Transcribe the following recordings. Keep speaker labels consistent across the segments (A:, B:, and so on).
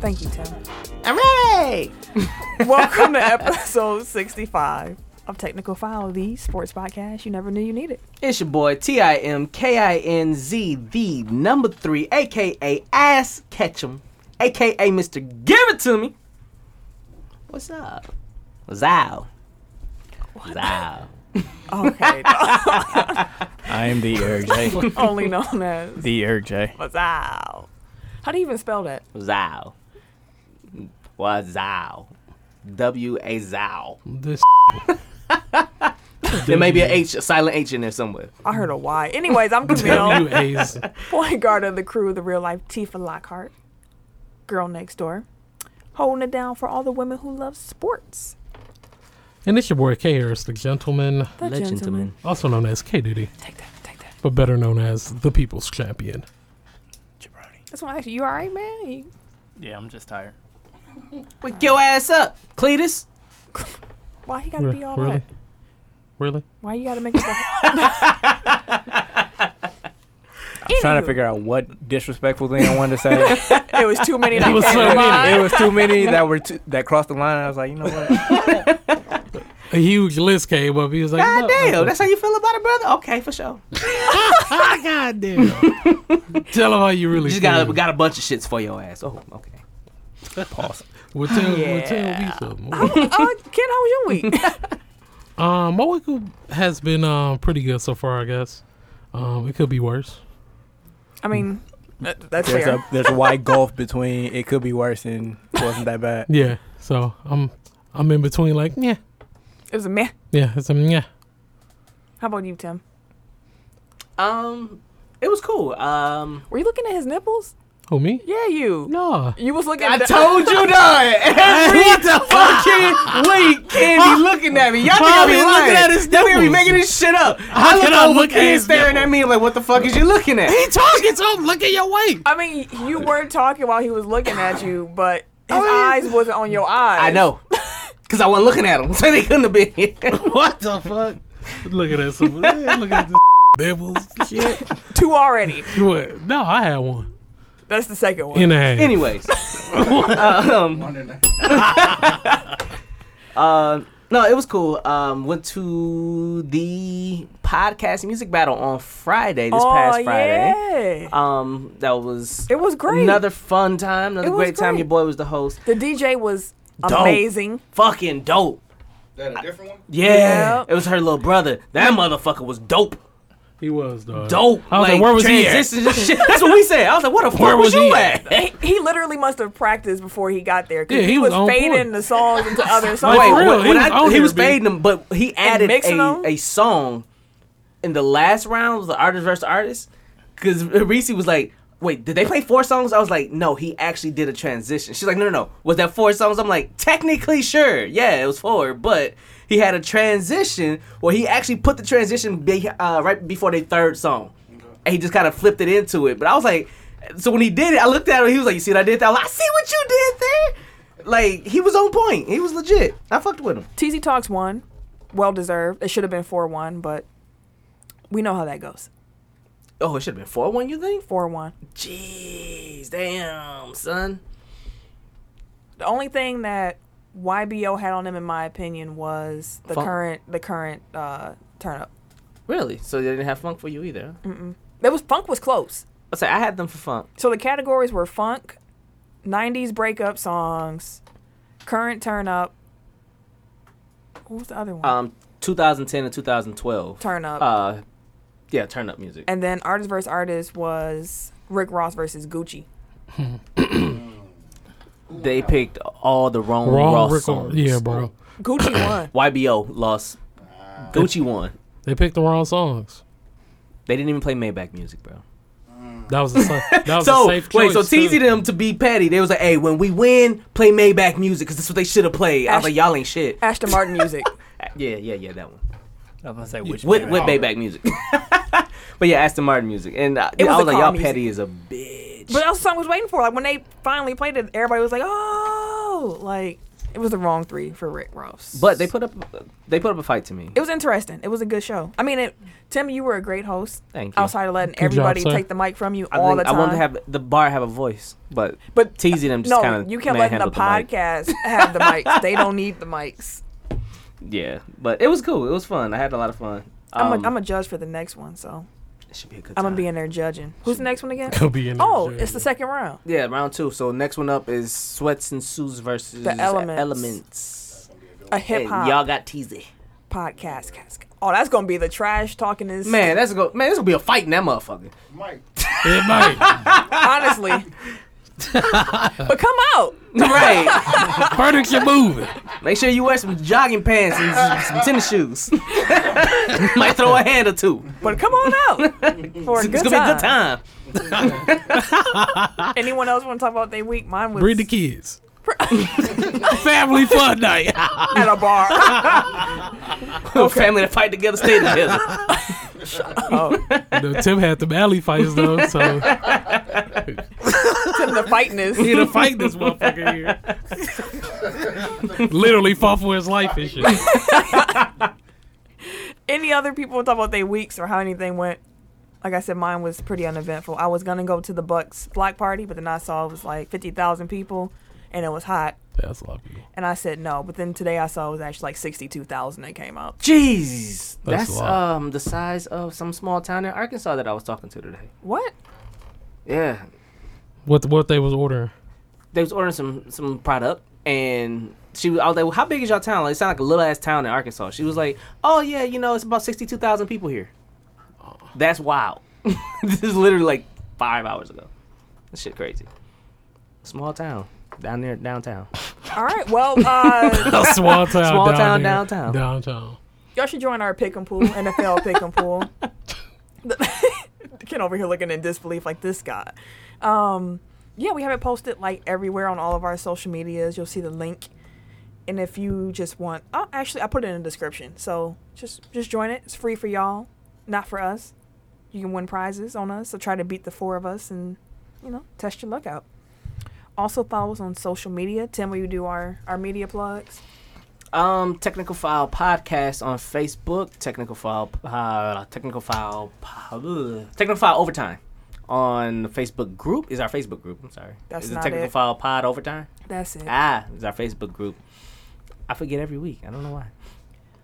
A: Thank you, Tim.
B: I'm ready.
A: Welcome to episode 65 of Technical File, the sports podcast you never knew you needed.
B: It's your boy T I M K I N Z the number three, aka Ass Ketchum, aka Mr. Give It To Me. What's up? What's out? What's out?
A: Okay,
C: I am the Eric J.
A: only known as
C: the Eric J.
A: What's out. How do you even spell that?
B: What's out? What's out? W A Zow.
C: This
B: There may be an H, a silent H in there somewhere.
A: I heard a Y. Anyways, I'm Camille,
C: A's.
A: point guard of the crew, the real life Tifa Lockhart, girl next door, holding it down for all the women who love sports.
D: And it's your boy K Harris, the gentleman,
A: The
B: Gentlemen.
D: also known as K Duty,
A: Take that, take that.
D: but better known as the People's Champion.
A: That's why I asked you, you all right, man? You-
C: Yeah, I'm just tired.
B: Wake your ass up, Cletus.
A: Why you gotta
D: Re-
A: be all
D: really?
A: that?
D: Really?
A: Why you gotta make it so
C: I'm trying to figure out what disrespectful thing I wanted to say.
A: It was too many.
D: It was so many.
C: it was too many that were too, that crossed the line. I was like, you know what?
D: A huge list came up. He was like,
B: God
D: no,
B: damn,
D: no.
B: that's how you feel about it, brother? Okay, for sure.
D: God damn. tell him how you really
B: Just
D: feel.
B: got a, got a bunch of shits for your ass. Oh, okay.
C: Pause.
D: Well, tell, well, tell me
A: Yeah.
D: something.
A: uh, Ken, how was your week?
D: Um, my week has been um, pretty good so far, I guess. Um, it could be worse.
A: I mean, that- that's
C: There's
A: fair.
C: a there's a wide gulf between it could be worse and wasn't that bad.
D: Yeah. So I'm I'm in between. Like, yeah,
A: it was a meh.
D: yeah. It's a yeah.
A: How about you, Tim?
B: Um, it was cool. Um,
A: Were you looking at his nipples?
D: Who "Oh, me?
A: Yeah, you.
D: No.
A: You was looking.
B: I
A: at
B: told you that every fucking week, Ken be looking at me. Y'all think I
D: How
B: be
D: you
B: looking
D: looking
B: at
D: at
B: this?
D: his
B: Y'all be
D: nipples?
B: making this shit up. I look
D: can I
B: over
D: look at
B: Ken
D: his
B: staring at me like, what the fuck is you looking at?
D: He talking. So I'm looking your way.
A: I mean, you weren't talking while he was looking at you, but his eyes wasn't on your eyes.
B: Oh, I know, cause I wasn't looking at him, so they couldn't have been here.
D: What the fuck? Look at that. some- Look at this bibbles. Shit.
A: Two already.
D: What? No, I had one.
A: That's the second one.
D: In a half.
B: Anyways, um, uh, no, it was cool. Um, went to the podcast music battle on Friday this
A: oh,
B: past Friday.
A: yeah.
B: Um, that was
A: It was great.
B: Another fun time. Another
A: It was
B: great time.
A: great.
B: Your boy was the host.
A: the DJ was
B: Dope.
A: amazing.
B: Fucking dope.
E: That a different one?
B: Yeah.
A: Yeah.
B: It was her little brother. That motherfucker was dope.
D: He was though.
B: Dope.
D: I was like, where was he at?
B: transitions and shit. That's what we said. I was like, what the fuck
D: Where
B: was,
D: was
B: you
D: he
B: at?
A: He, he literally must have practiced before he got there 'cause
D: Yeah,
A: he,
D: he was
A: was,
D: on
A: fading
D: point.
A: the songs into other songs.
B: Wait,
D: for
B: when-
D: real,
B: when
D: he was
B: I-
D: on
B: he
D: here,
B: was
D: B.
B: fading them, but he added
A: mixing
B: a,
A: them?
B: a song in the last round was the artist versus artist. Because Reese was like, wait, did they play four songs? I was like, no, he actually did a transition. She's like, no, no, no. Was that four songs? I'm like, technically, sure. Yeah, it was four, but he had a transition where he actually put the transition be- uh, right before their third song. And he just kind of flipped it into it. But I was like, so when he did it, I looked at him. He was like, you see what I did there? I was like, I see what you did there. Like, he was on point. He was legit. I fucked with him.
A: TZ Talks won. Well deserved. It should have been 4 1, but we know how that goes.
B: Oh, it should have been 4 1, you think?
A: 4 1.
B: Jeez, damn, son.
A: The only thing that YBO had on him, in my opinion, was the
B: Funk.
A: current the current uh, turn up.
B: Really? So they didn't have funk for you either?
A: That was funk was close.
B: I say Mm-hmm. I had them for funk.
A: So the categories were funk, '90s breakup songs, current turn up. What was the other one?
B: Um, 2010 and 2012.
A: turn up.
B: Uh, yeah, turn up music.
A: and then artist versus artist was Rick Ross versus Gucci.
B: They picked all the wrong,
D: Wrong
B: Ross
D: Rick
B: songs.
D: Yeah, bro.
A: Gucci won.
B: YBO lost. Gucci won.
D: They picked the wrong songs.
B: They didn't even play Maybach music, bro.
D: That was a sa- that was a
B: So
D: safe choice.
B: wait, so
D: too.
B: teasing them to be petty, they was like, "Hey, when we win, play Maybach music, cause that's what they should have played." I was
A: Ash-
B: like, "Y'all ain't shit."
A: Ashton Martin music.
B: Yeah, yeah, yeah, that one.
C: I was gonna say which
B: with with Maybach music. but yeah, Aston Martin music, and uh,
A: It was
B: I
A: a
B: was like,
A: car
B: y'all
A: music.
B: petty is a bitch.
A: But that was the song I was waiting for. Like when they finally played it, everybody was like, "Oh!" Like It was the wrong three for Rick Ross.
B: But they put up they put up a fight to me.
A: it was interesting. It was a good show. I mean, it, Tim, you were a great host.
B: Thank you.
A: Outside of letting
D: Good job,
A: everybody
D: sir.
A: take the mic from you
B: I,
A: all
B: think-
A: the time.
B: I wanted to have the bar have a voice, but
A: But- uh,
B: teasing them just
A: no,
B: kind of
A: you kept letting the podcast have the mics. They don't need the mics.
B: Yeah, but it was cool. It was fun. I had a lot of fun.
A: I'm,
B: Um,
A: a, I'm a judge for the next one, so
B: It should be a good.
A: I'm gonna be
B: time.
A: in there judging. Who's the next one again?
D: Could be in there,
A: Oh,
D: sure.
A: it's the second round.
B: Yeah, round two. So next one up is Sweats and Suits versus
A: The Elements.
B: Elements.
A: A hip
B: And y'all
A: hop
B: got teasy.
A: podcast. Cas- Oh, that's gonna be the trash talking is
B: Man, that's go. Man, this will be a fight in that motherfucker.
E: Mike,
D: It might.
A: honestly. but come out.
B: right.
D: Furniture moving.
B: Make sure you wear some jogging pants and s- some tennis shoes. Might throw a hand or two.
A: But come on out. For a
B: It's,
A: good,
B: gonna
A: time.
B: be a good time.
A: Anyone else wanna talk about their week? Mine was
D: Bring the kids. Family fun night.
A: at a bar.
B: Family that fight together, stay together.
D: You know, Tim had them alley fights though, so
A: Tim the
D: he
A: fightiness.
D: had to fight this motherfucker here. Literally fought for his life and shit.
A: Any other people wanna talk about their weeks or how anything went? Like I said, mine was pretty uneventful. I was gonna go to the Bucks block party, but then I saw it was like fifty thousand people and it was hot.
D: That's a lot of people.
A: And I said no. But then today I saw it was actually like sixty two thousand that came out.
B: Jeez,
D: That's
B: that's,
D: a lot.
B: um the size of some small town in Arkansas that I was talking to today.
A: What?
B: Yeah,
D: What what they was ordering?
B: they was ordering some some product and she was I was like, well, how big is your town? Like, it sounded like a little ass town in Arkansas. She was like, oh yeah, you know, it's about sixty two thousand people here. That's wild. this is literally like five hours ago. This shit crazy. Small town down there downtown.
A: All right. Well, uh,
D: Small town,
B: Small
D: down
B: town,
D: there.
B: downtown.
D: downtown.
A: y'all should join our pick and pool, NFL pick and pool. Ken over here looking in disbelief, like this guy. Um, yeah, we have it posted like everywhere on all of our social medias. You'll see the link, and if you just want, oh, actually, I put it in the description. So just just join it. It's free for y'all, not for us. You can win prizes on us. So try to beat the four of us, and you know, test your luck out. Also follow us on social media. Tim, will you do our our media plugs?
B: Um, Technical File Podcast on Facebook. Technical File, uh, Technical File, ugh, Technical File Overtime on the Facebook group. Is our Facebook group? I'm sorry.
A: That's
B: is
A: not
B: Technical
A: it.
B: File Pod Overtime?
A: That's it.
B: Ah, is our Facebook group. I forget every week. I don't know why.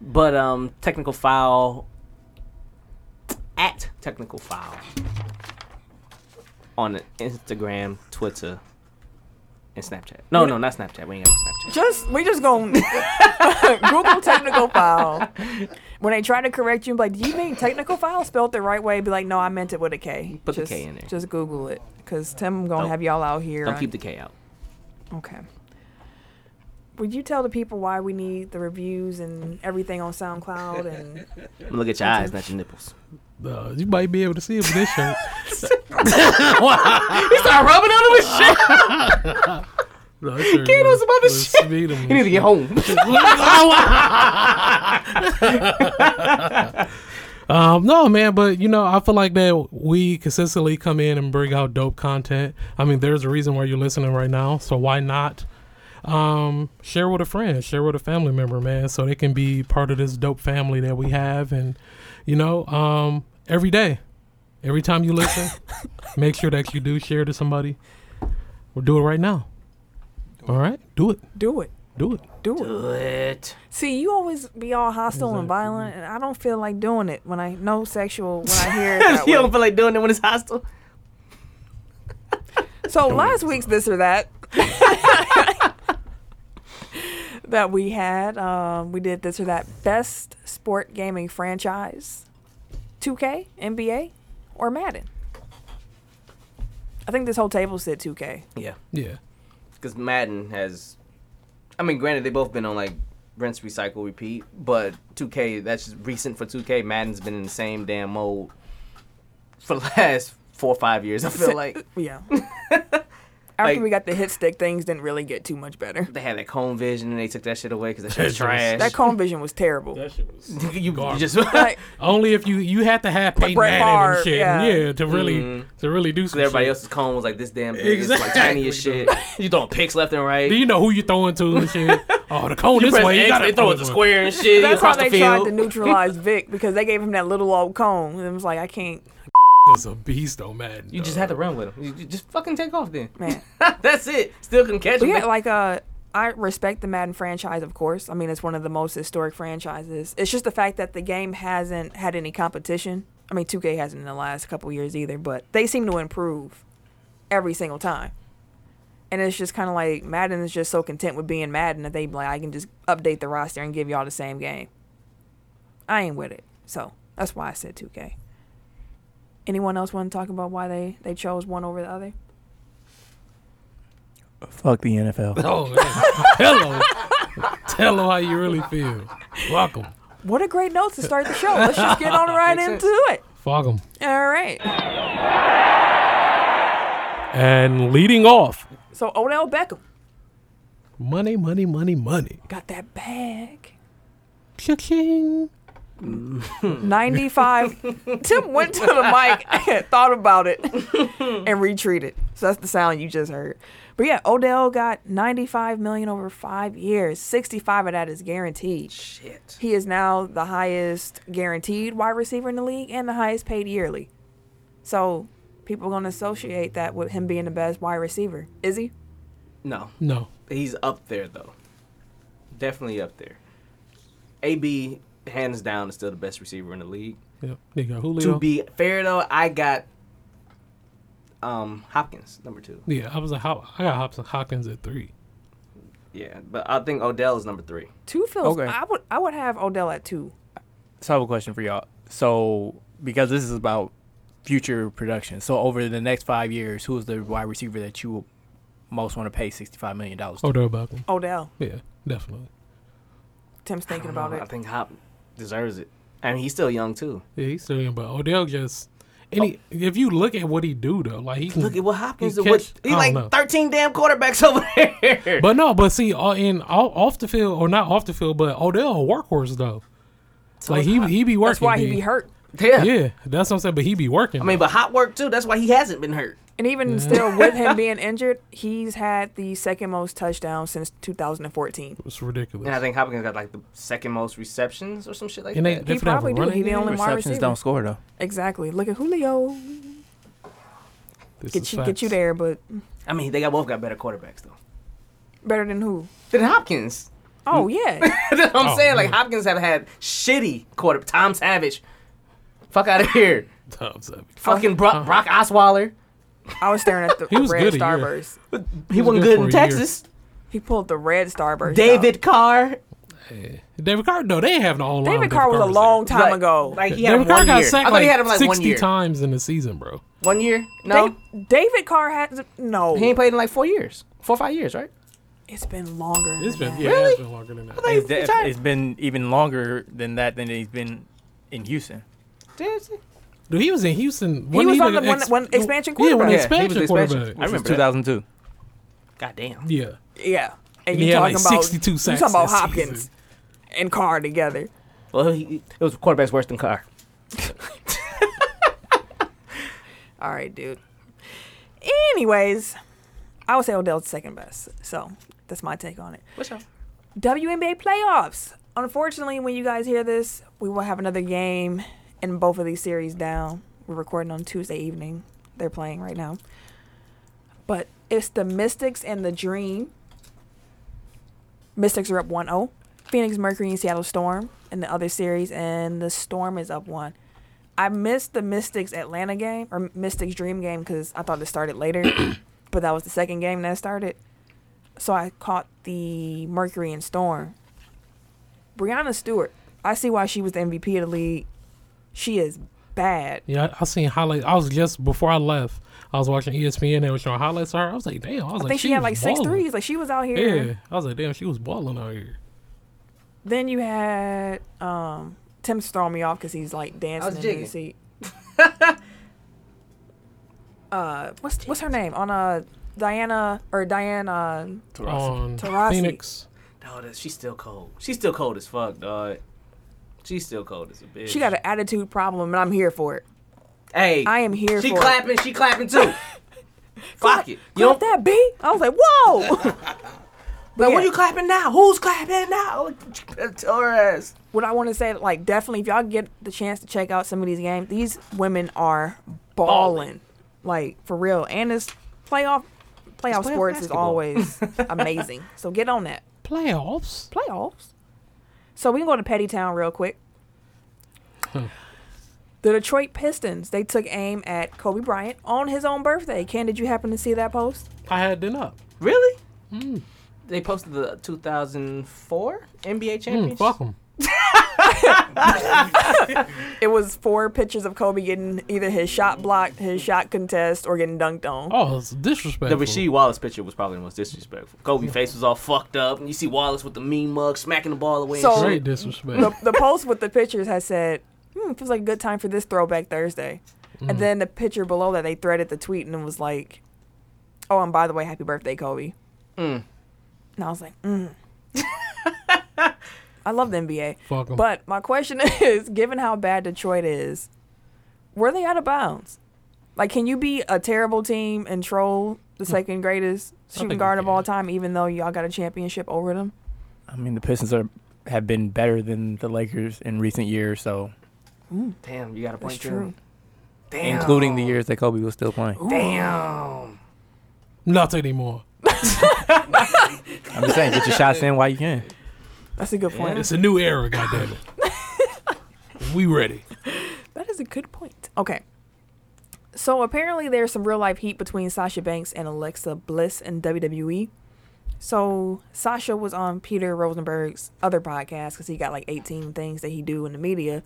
B: But um, Technical File at Technical File on Instagram, Twitter, and Snapchat. No, no, not Snapchat. We ain't got no Snapchat.
A: Just we just going Google technical file. When they try to correct you, be like, do you mean technical file spelled the right way? Be like, no, I meant it with a K.
B: Put the
A: just,
B: K in there.
A: Just Google it, cause Tim gonna
B: Don't-
A: have y'all out here.
B: Don't
A: on-
B: keep the K out.
A: okay. Would you tell the people why we need the reviews and everything on SoundCloud and
B: I'm gonna look at your eyes, not your nipples.
D: Uh, you might be able to see it with this shirt.
B: He started rubbing on him with shit.
D: No, this shirt
B: Get
D: was-
B: on some other
D: was
B: shit.
D: sweet and
B: You need to get home.
D: Um, no, man, but you know, I feel like that we consistently come in and bring out dope content. I mean, there's a reason why you're listening right now, so why not um, share with a friend, share with a family member, man, so they can be part of this dope family that we have. And you know, um, every day, every time you listen, make sure that you do share to somebody. Or do it right now. All right, do it,
A: do it,
D: do it.
A: do it?
B: What?
A: See, you always be all hostile and violent, and I don't feel like doing it when I know sexual when I hear it. That
B: you
A: way.
B: don't feel like doing it when it's hostile.
A: So last week's this or that that we had, um, we did this or that best sport gaming franchise, 2K, NBA, or Madden. I think this whole table said 2K.
B: Yeah,
D: Yeah,
B: because Madden has. I mean, granted, they both been on like rinse, recycle, repeat, but 2K. That's just recent for 2K. Madden's been in the same damn mode for the last four or five years. I feel like
A: uh, Yeah. After
B: Like-
A: we got the hit stick, things didn't really get too much better.
B: they had that cone vision and they took that shit away because that shit was
D: That shit
B: trash.
A: That cone vision was terrible.
D: shit was
B: you, you
D: garbage.
B: just
A: Like,
D: Only if you you had to have Peyton
A: Bret
D: Manning
A: Hart,
D: and shit,
A: yeah.
D: yeah, to really to really do some.
B: Mm-hmm. everybody
D: shit.
B: else's cone was like this damn big, it's like
D: Exactly,
B: tiny as shit. You throwing picks left and right.
D: Do you know who you throwing to and shit? Oh, the cone
B: You
D: this
B: press
D: way. You
B: X,
D: gotta Oh,
B: they throw it
D: this
B: the
D: way.
B: square and shit
A: That's how
B: across
A: they
B: the
A: tried to
B: field.
A: neutralize Vic because they gave him that little old cone, and it was like, I can't,
D: It's a beast, though, man.
B: You just
D: have
B: had to run with him. You, you just fucking take off then.
A: man.
B: That's it. Still can catch
A: But
B: him.
A: yeah, like uh, I respect the Madden franchise, of course. I mean, it's one of the most historic franchises. It's just the fact that the game hasn't had any competition. I mean, 2K hasn't in the last couple years either, but they seem to improve every single time. And it's just kind of like Madden is just so content with being Madden that they be like I can just update the roster and give y'all the same game. I ain't with it, so that's why I said 2K. Anyone else want to talk about why they they chose one over the other?
C: Fuck the NFL.
D: Oh, man. hello. Tell them how you really feel. Welcome.
A: What a great note to start the show. Let's just get on right
B: Makes sense.
A: into it.
D: Fog 'em.
A: All right.
D: And leading off,
A: So Odell Beckham
D: money, money, money, money.
A: got that bag.
D: Cha-ching.
A: 95. Tim went to the mic and thought about it and retreated. So that's the sound you just heard. But yeah, Odell got 95 million over 5 years. 65 of that is guaranteed.
B: Shit.
A: He is now the highest guaranteed wide receiver in the league and the highest paid yearly. So people going to associate that with him being the best wide receiver. Is he?
B: No,
D: No.
B: he's up there though. Definitely up there. AB hands down is still the best receiver in the league.
D: Yep. They got Julio.
B: To be fair though, I got um Hopkins number two.
D: yeah, I was a Hop- I got Hobson Hopkins at three.
B: Yeah, but I think Odell is number three.
A: 2 feels
C: Okay.
A: I would I would have Odell at 2.
C: So I have a question for y'all. So because this is about future production, so over the next five years, who is the wide receiver that you most want to pay sixty-five million dollars? to?
D: Odell Beckham.
A: Odell.
D: Yeah, definitely.
A: Tim's thinking
B: I don't
A: about
B: know,
A: it.
B: I think Hop deserves it. I mean, he's still young too.
D: Yeah, he's still young, but Odell just any. If you look at what he do though, like he can,
B: Look at what Hopkins
D: He
B: did. What,
D: catch-
B: he
D: I don't
B: like
D: know.
B: thirteen damn quarterbacks over there.
D: But no, but see, uh, in all, off the field or not off the field, but Odell a workhorse though. like he he be working.
A: That's why he
D: B.
A: be hurt.
B: yeah.
D: Yeah, that's what I'm saying. But he be working.
B: I mean, but Hop worked too. That's why he hasn't been hurt.
A: And even still, with him being injured, he's had the second most touchdowns since 2014.
D: it's ridiculous.
B: And I think Hopkins got like the second most receptions or some shit like
D: And they,
B: that.
D: they
A: He
D: finna have
A: probably
D: a
A: do.
D: running
A: He the
D: game.
A: only wide
C: Receptions
A: receiver.
C: don't score though.
A: Exactly. Look at Julio.
D: This
A: Get
D: is
A: you, get you
D: facts.
A: there, but
B: I mean, they got both got better quarterbacks though.
A: better than who?
B: Than Hopkins.
A: Oh yeah.
B: That's what I'm
D: Oh,
B: saying. Like
D: man.
B: Hopkins have had shitty quarter. Tom Savage, fuck out of here.
D: Tom Savage.
B: Fucking Brock, Brock Osweiler.
A: I was staring at the
D: was
A: red
D: good a year.
A: starburst.
B: He wasn't good
D: good for
B: in
D: a year.
B: Texas.
A: He pulled the red starburst.
B: David Carr.
D: David Carr. No, they ain't having all.
A: Out. David Carr was a long time
B: Like-
A: ago.
B: Like he had
D: David
B: him
D: Carr
B: one
D: got
B: year. I
D: sacked
B: thought
D: like,
B: he had him like one
D: sixty
B: year.
D: times in the season, bro.
B: One year? No,
A: Da- David Carr has no.
B: he ain't played in like four years, four or five years, right?
A: It's been longer.
D: It's
A: than that.
D: been yeah,
B: Really?
D: it's been longer than that.
B: thought he
C: It's,
B: was retired.
C: it's been even longer than that than he's been in Houston.
B: Seriously?
D: Dude, he was in Houston.
A: He
D: Wasn't
A: was on the
D: like
A: one,
D: ex-
A: one expansion
D: Yeah,
A: quarterback.
D: when
B: he was
D: expansion
B: the expansion.
D: quarterback.
B: I
C: Which was
B: remember that.
C: 2002.
B: Goddamn.
D: Yeah,
A: Yeah. And
D: And he
A: you're
D: had,
A: talking
D: like,
A: about
D: 62
A: you
D: sacks
A: talking about
D: this season.
A: Hopkins and Carr together.
B: Well, he, it was quarterbacks worse than Carr.
A: All right, dude. Anyways, I would say Odell's second best. So that's my take on it.
B: What's up?
A: WNBA playoffs. Unfortunately, when you guys hear this, we will have another game and both of these series down. We're recording on Tuesday evening. They're playing right now. But it's the Mystics and the Dream. Mystics are up 1 0. Phoenix Mercury and Seattle Storm in the other series, and the Storm is up 1. I missed the Mystics Atlanta game or Mystics Dream game because I thought it started later, but that was the second game that started. So I caught the Mercury and Storm. Brianna Stewart, I see why she was the MVP of the league. She is bad.
D: yeah. I, I seen highlights. I was just before I left. I was watching E ESPN. They were showing highlights of her. I was like, damn. I was
A: I
D: like,
A: think she had
D: was
A: like six
D: balling.
A: threes. Like she was out here.
D: Yeah, I was like, damn. She was balling out here.
A: Then you had um Tim throwing me off because he's like
B: I was
A: dancing in
B: jigging.
A: his seat. uh, what's what's her name on uh Diana or Diana?
D: On
A: Taurasi.
D: Phoenix.
B: No, that- she's still cold. She's still cold as fuck, dog. She's still cold as a bitch.
A: She got an attitude problem, and I'm here for it.
B: Hey,
A: I am here
B: She
A: for it.
B: clapping. She clapping too. Fuck it. You don't,
A: Clap that beat. I was like, whoa.
B: But
A: yeah.
B: when you clapping now, who's clapping now? Torres.
A: what I want to say, like, definitely if y'all get the chance to check out some of these games, these women are balling, like for real. And this playoff
B: playoff
A: playoff sports is
B: basketball.
A: always amazing. So get on that
D: Playoffs.
A: playoffs. So we can go to Petty Town real quick.
D: Hmm.
A: The Detroit Pistons they took aim at Kobe Bryant on his own birthday. Ken, did you happen to see that post?
D: I had been up.
B: Really?
C: Hmm.
B: They posted the 2004
C: Hmm,
B: NBA
D: Mm,
B: championship.
D: fuck 'em.
A: It was four pictures of Kobe getting either his shot blocked, his shot contest, or getting dunked on.
D: Oh, it's disrespectful.
B: the Rasheed Wallace picture was probably the most disrespectful. Kobe face was all fucked up, and you see Wallace with the mean mug smacking the ball away. and
A: So-
D: Great
A: the,
D: disrespect.
A: the post with the pictures has said, hmm, feels like a good time for this throwback Thursday. And then the picture below that, they threaded the tweet and it was like, oh, and by the way, happy birthday, Kobe.
B: Mm.
A: And I was like, mm. I love the NBA.
D: Fuck 'em.
A: But my question is given how bad Detroit is, were they out of bounds? Like, can you be a terrible team and troll the second greatest
D: Hmm. think
A: shooting
D: you
A: guard of all
D: can.
A: time, even though y'all got a championship over them?
C: I mean, the Pistons are have been better than the Lakers in recent years, so
B: Damn, you got a point
A: That's
B: to
A: true.
B: him. Damn.
C: including the years that Kobe was still playing.
B: Damn.
D: Not anymore.
C: I'm just saying, get your shots in while you can.
A: That's a good point.
D: It's a new era, goddammit. we ready.
A: That is a good point. Okay. So apparently there's some real life heat between Sasha Banks and Alexa Bliss in WWE. So Sasha was on Peter Rosenberg's other podcast because he got like 18 things that he do in the media,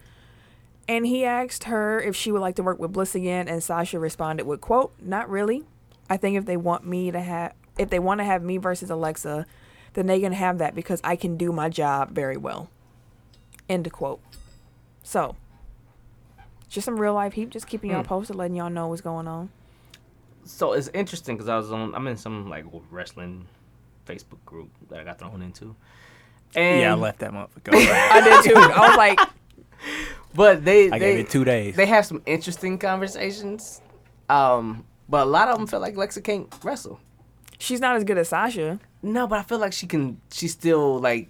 A: and he asked her if she would like to work with Bliss again, and Sasha responded with quote Not really. I think if they want me to have if they want to have me versus Alexa, then they can have that because I can do my job very well." End quote. So just some real life heat, just keeping
B: Hmm.
A: y'all posted, letting y'all know what's going on.
B: So it's interesting because I was on. I'm in some like wrestling Facebook group that I got thrown into. And,
C: Yeah, I left that motherfucker.
A: I did too. I was like,
B: But they
C: I
B: they,
C: gave it two days.
B: They have some interesting conversations, um, but a lot of them feel like Lexa can't wrestle.
A: she's not as good as Sasha.
B: No, but I feel like she can. She still like,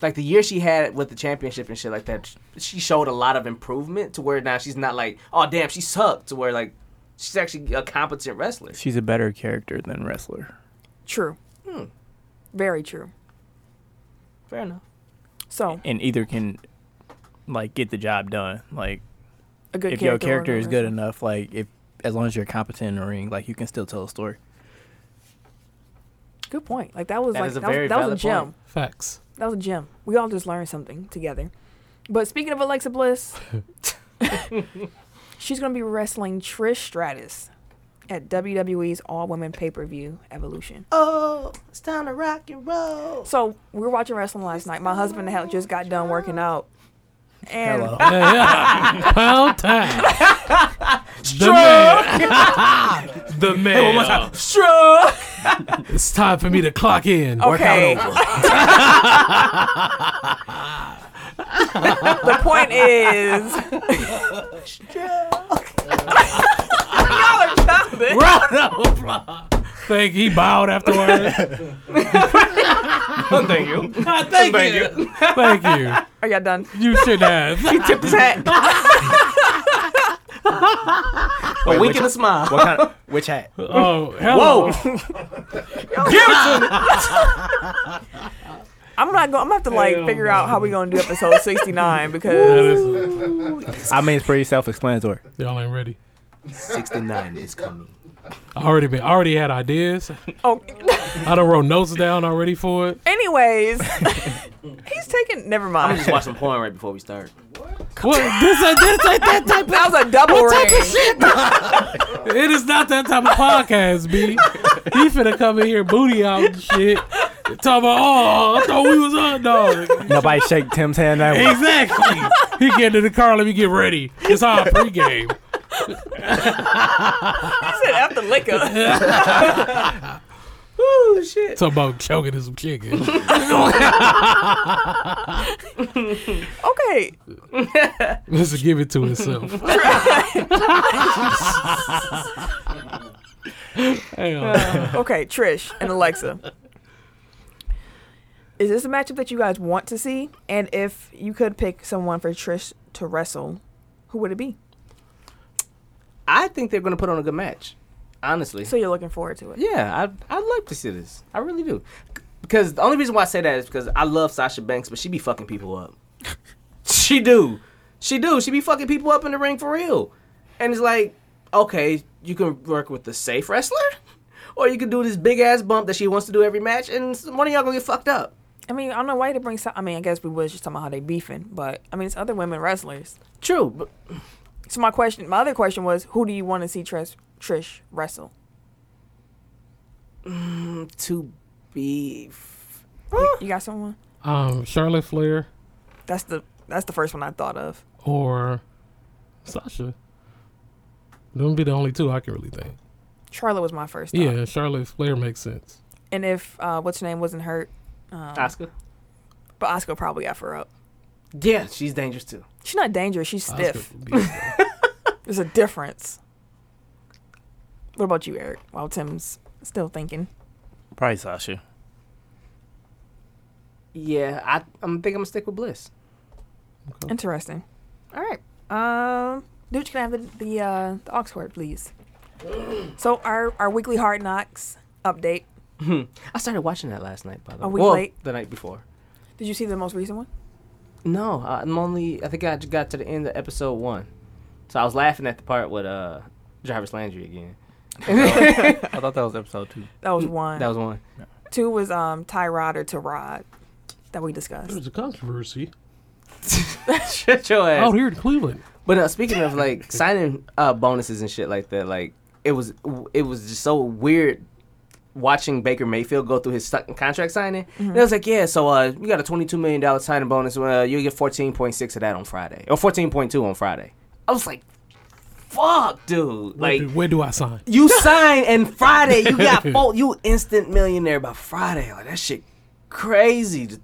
B: like the year she had with the championship and shit like that. She showed a lot of improvement to where now she's not like, oh damn, she sucked. To where like, she's actually a competent wrestler.
C: She's a better character than wrestler.
A: True.
B: Hmm.
A: Very true.
B: Fair enough.
A: So
C: and either can like get the job done. Like
A: a good
C: if
A: character.
C: your character
A: or
C: is good
A: whatever.
C: enough, like if as long as you're competent in the ring, like you can still tell a story.
A: Good point. Like that was
B: That
A: like
B: is a
A: that, was-
B: very
A: that was,
B: valid
A: a gem.
B: point.
D: Facts.
A: That was a gem. We all just learned something together. But speaking of Alexa Bliss, she's gonna be wrestling Trish Stratus at WWE's All Women Pay Per View Evolution.
B: Oh, it's time to rock and roll.
A: So we were watching wrestling last night. My husband had just got done working out, and
C: Hello.
D: Pound time. the man. the man.
A: Sure.
D: It's time for me to clock in.
A: Okay. the point is. Y'all are nothing.
D: Thank he bowed afterwards. Ah,
B: Thank you. Thank, you.
D: Thank you.
A: Are y'all done?
D: You should have.
B: Tip his hat. a wink and a smile.
C: What kind of which hat?
D: Oh, hello.
A: I'm not going. I'm gonna have to like
D: Hell
A: figure out how we gonna do episode 69 because
D: Whoa.
C: I mean, it's pretty self-explanatory.
D: Y'all ain't ready.
B: 69 is coming.
D: I already been. I already had ideas.
A: oh,
D: I done wrote notes down already for it.
A: anyways, he's taking. Never
B: I'm
A: mind.
B: just watching porn right before we start.
D: What? This, ain't- this ain't that type
A: That was a double ring.
D: of. It is not that type of podcast, B. He finna come in here booty out and shit. Talk about oh, I thought we was on dog.
C: Nobody shake Tim's hand that way.
D: Exactly. he get in the car. Let me get ready. It's our pregame.
A: He said after liquor.
B: Ooh, shit.
D: Talk about choking some chicken.
A: Okay.
D: Let's give it to itself. Hang on.
A: Okay, Trish and Alexa. Is this a matchup that you guys want to see? And if you could pick someone for Trish to wrestle, who would it be?
B: I think they're going to put on a good match. Honestly.
A: So you're looking forward to it.
B: Yeah, I I'd like to see this. I really do. C- Because the only reason why I say that is because I love Sasha Banks, but she be fucking people up. she do. She do. She be fucking people up in the ring for real. And it's like, okay, you can work with the safe wrestler, or you can do this big ass bump that she wants to do every match, and s- one of y'all gonna get fucked up.
A: I mean, I don't know why they bring. Sa- I mean, I guess we was just talking about how they beefing, but I mean, it's other women wrestlers.
B: True, but
A: So my question, my other question was, who do you want to see Trish, Trish wrestle?
B: to be. f-
A: You, you got someone?
D: Um, Charlotte Flair
A: That's the that's the first one I thought of.
D: or Sasha. Them would be the only two I can really think.
A: Charlotte was my first. Thought.
D: Yeah, Charlotte Flair makes sense.
A: And if uh, what's her name wasn't hurt, um,
B: Oscar.
A: but Oscar probably got her up.
B: Yeah, she's dangerous too.
A: She's not dangerous. She's stiff.
D: Asuka would be-
A: There's a difference. What about you, Eric? While Tim's still thinking,
C: Probably Sasha.
B: Yeah, I I'm think I'm gonna stick with Bliss.
A: interesting. All right, um, dude, you can I have the the, uh, the ox word, please. So our our weekly hard knocks update.
B: I started watching that last night, by the
A: Are
B: way.
A: we
B: Well,
A: late?
B: The night before.
A: Did you see the most recent one?
B: No, I'm only. I think I got to the end of episode one, so I was laughing at the part with uh Jarvis Landry again.
C: I thought that was episode two.
A: That was one.
B: Mm, That was one.
A: Two was um Tyrod or Tyrod that we
D: There
B: Mm.
A: discussed.
D: was a controversy
B: Shut your ass.
D: out here in Cleveland.
B: But uh, speaking of like signing uh, bonuses and shit like that, like it was it was just so weird watching Baker Mayfield go through his si- contract signing. And it was like, yeah, so uh, you got a twenty two million dollar signing bonus. Well, you get fourteen point six of that on Friday or fourteen point two on Friday. I was like, fuck, dude.
D: Where,
B: Like
D: do, where do I sign?
B: you sign and Friday you got four, you instant millionaire by Friday. Like that shit crazy. It-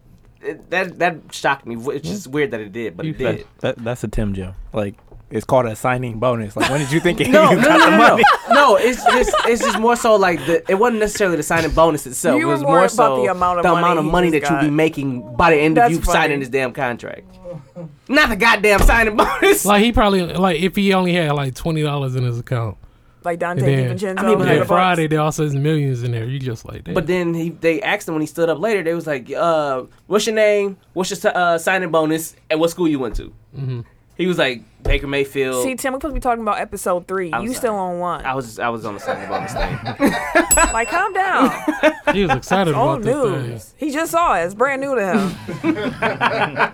B: that that shocked me. It's just weird that it did, but it did.
C: That, that's a Tim Jim. Like it's called a signing bonus. Like when did you think it
B: No,
C: you
B: no,
C: got
B: no,
C: the
B: no, no,
C: money?
B: no. No, It's just it's just more so like the it wasn't necessarily the signing bonus itself.
A: You
B: it
A: were
B: was
A: more
B: more,
A: about
B: so
A: the amount of
B: the
A: money
B: amount of
A: he
B: money that
A: just
B: you be
A: got.
B: making by the end
A: That's
B: of you
A: funny.
B: signing this damn contract. Not the goddamn signing bonus.
D: Like he probably like if he only had like twenty dollars in his account,
A: Like Dante
D: then-
A: DiVincenzo.
B: I mean, but then
A: had the
D: and
A: Bucks.
D: Friday there also is millions in there. You just like that.
B: But then he, they asked him when he stood up later. They was like, uh, "What's your name? What's your uh, signing bonus? And what school you went to?" He was like, "Baker Mayfield."
A: See, Tim, we're supposed to be talking about episode 3
B: I'm
A: you
B: sorry.
A: still on one.
B: I was I was on the signing bonus thing.
A: like, calm down.
D: he was excited about
A: Old
D: this thing.
A: news. He just saw it. It's brand new to him.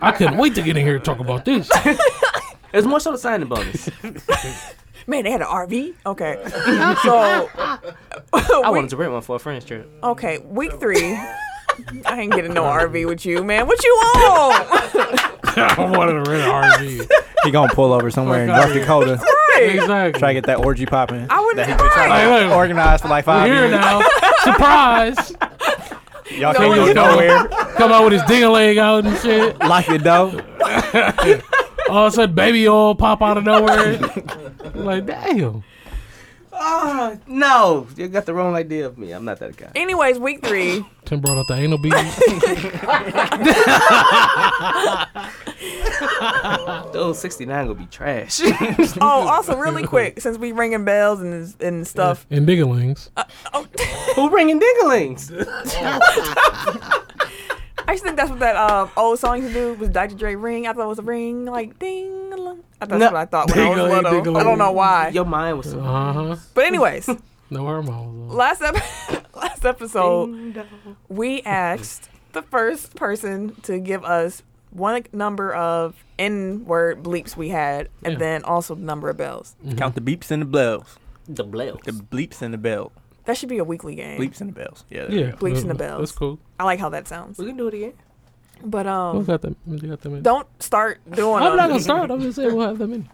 D: I couldn't wait to get in here and talk about this.
B: It was more so the signing bonus.
A: Man, they had an RV. Okay. So,
B: I
A: week,
B: wanted to rent one for a friend's trip.
D: Oh.
A: okay, week three. I ain't getting no RV with you, man. What you on?
D: I wanted to rent an RV.
C: He gonna pull over somewhere in North Dakota,
D: Exactly.
C: try to get that orgy popping.
A: I wouldn't.
C: He's been trying
D: Hey,
C: to
D: look.
C: organize for like five
D: Here
C: years.
D: now, surprise!
C: Y'all
A: No
C: can't
A: one-
C: go nowhere.
D: Come out with his ding leg out and shit.
C: Lock your door.
D: All of a sudden, baby oil pop out of nowhere. like damn.
B: Oh, no, you got the wrong idea of me. I'm not that guy.
A: Anyways, week three.
D: Tim brought up the anal beads.
B: Those 69 gonna be trash.
A: Oh, also, really quick, since we ringing bells and and stuff.
D: and dingalings.
A: Oh,
B: Who bringing dinglings?
A: I just think that's what that um, old song used to do was Dr. Dre ring. I thought it was a ring, like ding. That's
B: No.
A: what I thought when I was
D: Ding-a-ling,
A: little. I don't know
D: ding-a-ling.
A: why.
B: Your mind was so.
D: Uh huh.
A: But anyways,
D: No hormones.
A: last ep- last
B: Oh.
A: episode we asked the first person to give us one number of n-word bleeps we had, and
D: Yeah.
A: then also the number of bells.
C: Count the beeps and the bells.
B: The blouse.
C: The bleeps and the bell.
A: That should be a weekly game.
C: Bleeps and the bells. Yeah.
D: Yeah.
A: Bleeps and the
D: That's
A: bells.
D: cool.
A: I like how that sounds.
B: We can do it again.
A: But
D: We'll
A: um,
D: got them. We got them in.
A: don't start doing.
D: I'm
A: them.
D: not gonna start. I'm just saying we'll have them in.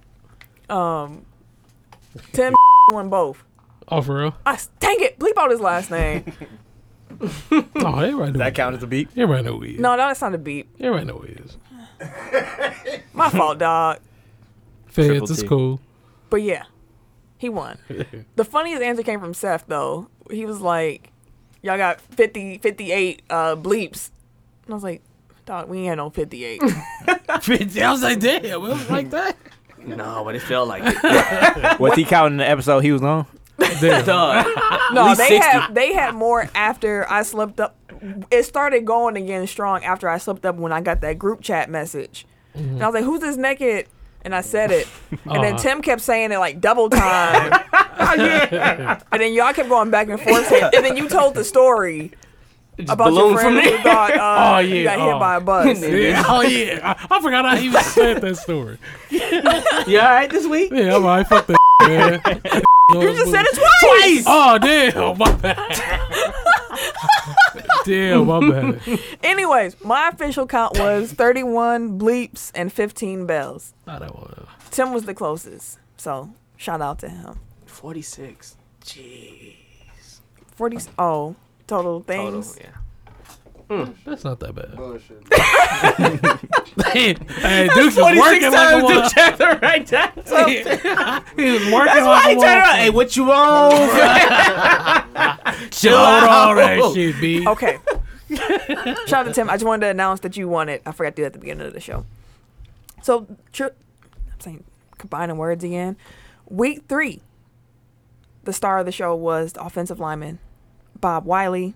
A: Um, Tim doing both.
D: Oh, for real?
A: I dang it, bleep out his last name.
D: No, Oh, everybody know.
C: That
D: That
C: count as a beep.
D: Everybody know who he is.
A: No, no, that's not a beep.
D: Everybody know who he is.
A: My fault, dog.
C: Triple
D: Feds, it's
C: T.
D: cool.
A: But yeah, he won. The funniest answer came from Seth, though. He was like, y'all got 50, 58 uh, bleeps. And I was like, dog, we ain't had no 58.
D: I was like, damn, it was like that.
B: No, but it felt like it.
C: Was he counting the episode he was on?
D: Damn.
B: Duh.
A: no,
B: least
A: they
B: 60.
A: had they had more after I slept up. It started going again strong after I slept up when I got that group chat message. And I was like, who's this naked? And I said it. And then
D: Aw.
A: Tim kept saying it like double time. And then y'all kept going back and forth. And then you told the story about your
B: ballooned from
A: friend who
B: there.
A: thought uh,
D: Oh,
A: you
D: yeah,
A: got hit
D: oh.
A: by a bus.
D: Yeah, oh yeah, I, I forgot I even said that story.
B: You all right this week?
D: Yeah, I'm alright. Fuck that, man.
A: You just said it twice.
D: Oh damn, my bad. damn, my bad.
A: Anyways, my official count was 31 bleeps and 15 bells.
D: Not that one.
A: Tim was the closest. So shout out to him.
B: Forty six. Jeez.
A: 40 oh
B: Total,
A: total things
B: yeah.
D: That's not that bad.
E: Bullshit.
D: hey, Duke's was
B: Forty-six
D: working like a
B: times
D: one.
B: to check the right time.
D: He was working
B: That's why
D: like
B: he
D: a
B: turned around. Hey,
D: one.
B: what you on?
D: Shut all that shit, B.
A: okay shout out to tim i just wanted to announce that you won it i forgot to do that at the beginning of the show so tr- i'm saying combining words again week three the star of the show was the offensive lineman bob wiley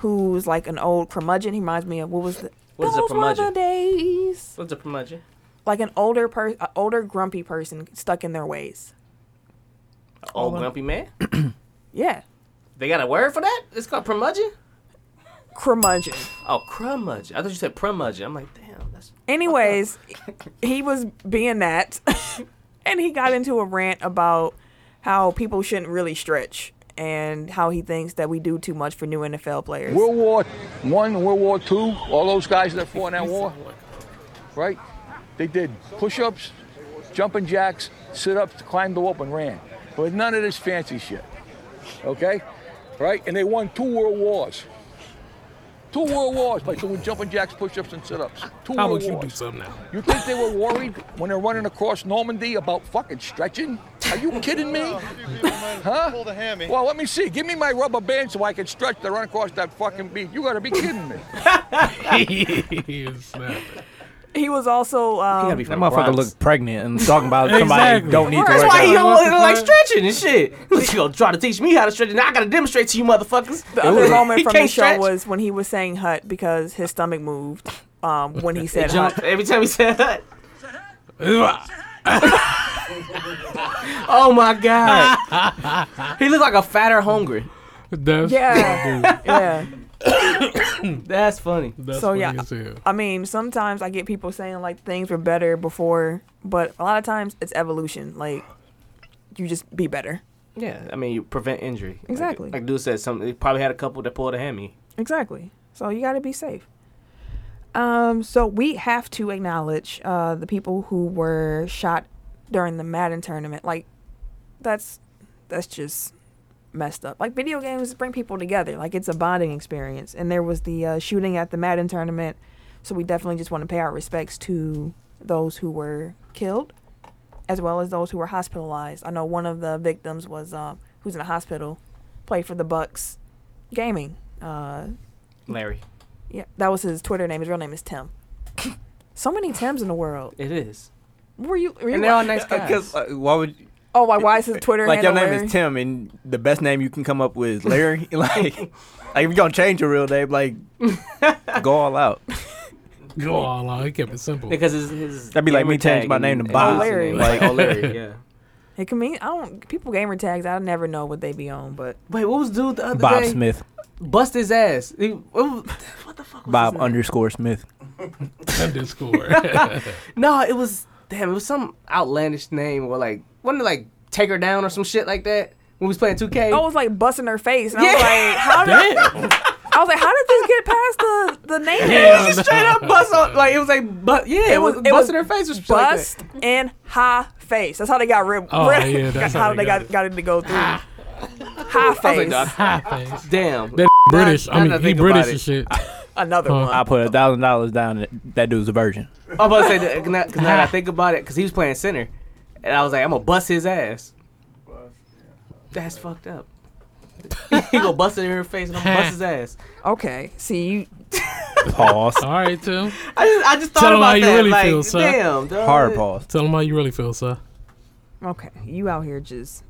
A: who's like an old curmudgeon he reminds me of what was the
B: What is a
A: Those were the
B: curmudgeon?
A: days
B: What's a curmudgeon?
A: like an older person older grumpy person stuck in their ways
B: Old Oh, grumpy man.
A: yeah
B: They got a word for that? It's called curmudgeon.
A: curmudgeon
B: Oh, curmudgeon. I thought you said premudgeon. I'm like, damn, that's
A: Anyways, he was being that, and he got into a rant about how people shouldn't really stretch and how he thinks that we do too much for new NFL players.
F: World War One, World War Two, all those guys that fought in that war, right? They did push-ups, jumping jacks, sit-ups, climbed the rope and ran. But none of this fancy shit, okay? Right? And they won two world wars. Two world wars by doing jumping jacks, push-ups, and sit-ups. Two
D: How
F: world
D: about you do
F: wars.
D: something now?
F: You think they were worried when they're running across Normandy about fucking stretching? Are you kidding me? Huh?
E: Pull the hammy.
F: Well, let me see. Give me my rubber band so I can stretch to run across that fucking beat. You gotta be kidding me.
D: He is snapping.
A: He was also um,
C: That motherfucker looked pregnant and talking about somebody
D: Exactly.
C: don't need to
A: That's
C: work
B: That's why
C: out.
B: he don't look
D: Motherfucker.
B: like stretching and shit. He's gonna try to teach me how to stretch, and I gotta demonstrate to you motherfuckers.
A: the other moment
B: He
A: from the
B: can't
A: show
B: stretch.
A: was when he was saying "hut" because his stomach moved um, when he said
B: Jump
A: "hut."
B: every time he said that. Oh my god, he looked like a fatter hungry.
D: That's
A: Yeah, yeah.
B: That's funny.
D: That's
A: So,
D: funny
A: yeah.
D: as hell.
A: I mean, sometimes I get people saying like things were better before, but a lot of times it's evolution. Like you just be better.
B: Yeah, I mean, you prevent injury. Like-
A: Exactly.
B: Like, dude said, something. They probably had a couple that pulled a hammy.
A: Exactly. So you got to be safe. Um, so we have to acknowledge uh, the people who were shot during the Madden tournament. Like, that's that's just messed up. Like, video games bring people together. Like, it's a bonding experience. And there was the uh, shooting at the Madden tournament. So we definitely just want to pay our respects to those who were killed, as well as those who were hospitalized. I know one of the victims was uh, who's in the hospital, played for the Bucks, gaming. Uh,
B: Larry,
A: yeah, that was his Twitter name. His real name is Tim. so many Tims in the world.
B: it is.
A: Were you? Were you
B: And they're all nice guys.
C: Because uh, why would
A: oh, why? Why is his Twitter
C: like your
A: handle
C: name
A: Larry?
C: is Tim and the best name you can come up with is Larry? like, like if you gonna change your real name, like go all out.
D: Go all out. He kept it simple.
B: Because his, his
C: That'd be like me
B: gamer tag
C: changing my name to
B: and-
C: Bob.
A: O'Leary.
B: Like O'Leary, yeah.
A: It can mean I don't. People gamer tags. I never know what they be on, but
B: Wait, what was dude the other
C: Bob
B: day?
C: Smith.
B: Bust his ass. He- what was-
C: Bob underscore Smith.
D: Underscore.
B: No, it was damn. It was some outlandish name or like wasn't it like take her down or some shit like that when we was playing 2K.
A: I was like busting her face, and I was
B: Yeah.
A: like, how did?
D: Damn.
A: I was like, how did this get past the the name?
B: it was just straight up bust on like it was like but yeah it, was,
A: was- it was
B: busting her face or something
A: Bust and high face. That's how they got ripped.
D: Oh, yeah, that's how they
A: they
D: got
A: got, got it to go through. high
B: like that. Ah. I was like,
A: face.
B: "Nah,
D: High
B: damn.
D: That British.
B: now
D: I
B: that I
D: mean, he
B: think about
D: British
B: it,
D: and shit.
A: Another
D: Huh.
C: I
A: one.
C: put a thousand dollars down. That, that dude's a virgin.
B: I'm about to say that 'cause now, 'cause now that I think about it because he was playing center and I was like I'm gonna bust his ass. That's fucked up. he gonna bust it in her face and I'm gonna bust his ass.
A: Okay. See you.
E: Pause.
D: All right, Tim.
B: I just, I just thought
D: Tell 'em
B: about
D: how you
B: that.
D: really
B: like,
D: feel, son.
B: damn, dog.
E: Hard pause.
D: Tell them how you really feel, sir.
A: Okay, you out here just.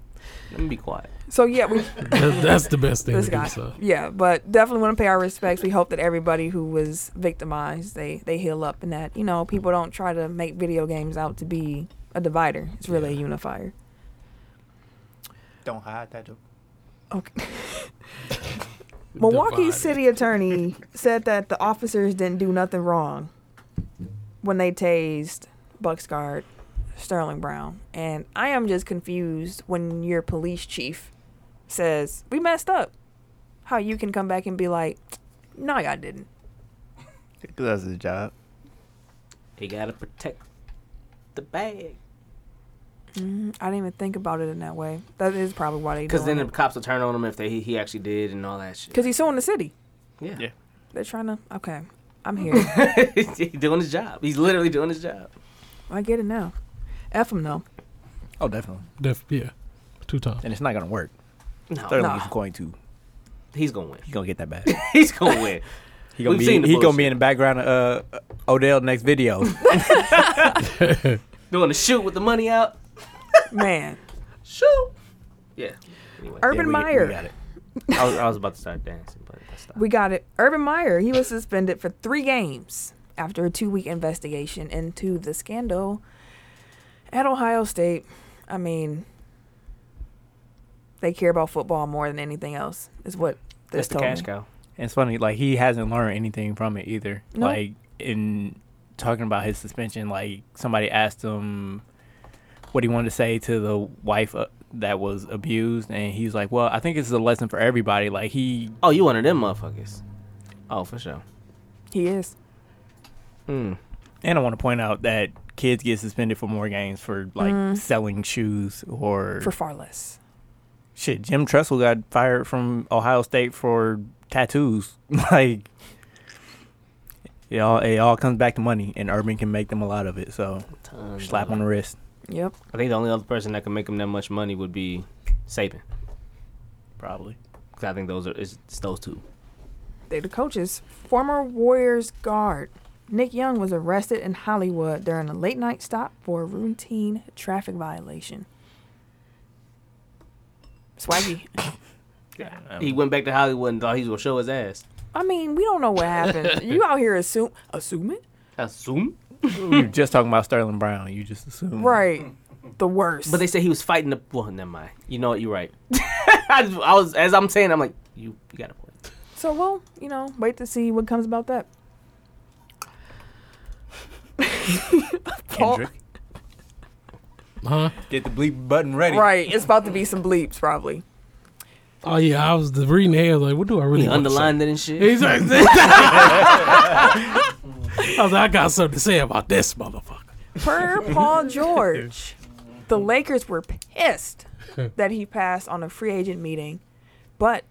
B: Let me be quiet.
A: So yeah, we
D: That, that's the best thing
A: this
D: to
A: guy.
D: do, sir.
A: Yeah, but definitely want to pay our respects. We hope that everybody who was victimized, they they heal up, and that you know people don't try to make video games out to be a divider. It's really a unifier.
C: Don't hide that. Joke.
A: Okay. Milwaukee
D: Divider.
A: City Attorney said that the officers didn't do nothing wrong when they tased Bucksguard Sterling Brown. And I am just confused when your police chief says, We messed up. How you can come back and be like, No, y'all didn't.
E: That's his job.
B: He gotta protect the bag.
A: I didn't even think about it in that way. That is probably why they
B: Because
A: Because
B: then the cops will turn on him if they, he, he actually did and all that shit.
A: Because he's suing the city.
B: Yeah.
C: Yeah.
A: They're trying to. Okay. I'm here.
B: he's doing his job. He's literally doing his job.
A: I get it now. F him, though.
E: Oh, definitely.
D: Def, yeah, two times.
E: And it's not gonna work.
B: No,
E: Sterling
A: Nah.
E: is going to.
B: he's gonna win.
E: He's gonna get that back.
B: He's gonna win.
E: He gonna
B: We've
E: be.
B: seen the
E: He gonna be
B: bullshit.
E: in the background of uh, Odell next video.
B: Doing a shoot with the money out.
A: Man.
B: Shoot. Yeah. Anyway,
A: Urban
E: Yeah, we- we
A: Meyer.
E: got it.
B: I, was, I was about to start dancing, but I stopped.
A: We got it. Urban Meyer, he was suspended for three games after a two week investigation into the scandal at Ohio State. I mean, they care about football more than anything else, is what
B: That's
A: this
B: the
A: told
B: cash
A: me.
B: cow.
C: And it's funny, like he hasn't learned anything from it either.
A: No.
C: Like in talking about his suspension, like somebody asked him what he wanted to say to the wife uh, that was abused, and he's like, "Well, I think it's a lesson for everybody." Like he,
B: Oh, you one of them motherfuckers. Oh, for sure.
A: He is.
B: Mm.
C: and I want to point out that kids get suspended for more games for like selling shoes or
A: Mm. For far less.
C: shit. Jim Tressel got fired from Ohio State for tattoos. like it all, it all comes back to money, and Urban can make them a lot of it. So
B: Tons
C: slap
B: of-
C: on the wrist.
A: Yep.
B: I think the only other person that could make him that much money would be Saban.
C: Probably.
B: Because I think those are it's, it's those two.
A: They're the coaches. Former Warriors guard Nick Young was arrested in Hollywood during a late night stop for a routine traffic violation. Swaggy.
B: He went back to Hollywood and thought he was gonna show his ass.
A: I mean, we don't know what happened. you out here assume assuming?
B: Assume.
C: you were just talking about Sterling Brown. You just assume.
A: Right. The worst.
B: But they said he was fighting the. Well, never mind. You know what? You're right. I, just- I was as I'm saying, I'm like, you, you got a point.
A: so we'll, you know, wait to see what comes about that.
E: Kendrick,
D: Huh?
E: get the bleep button ready.
A: Right. It's about to be some bleeps probably.
D: Oh yeah, I was the reading here. I was like, what do I really
B: He
D: want to say?
B: underlined it and shit.
D: Exactly. I was like, I got something to say about this motherfucker.
A: Per Paul George, the
D: Mm.
A: Lakers were pissed that he passed on a free agent meeting, but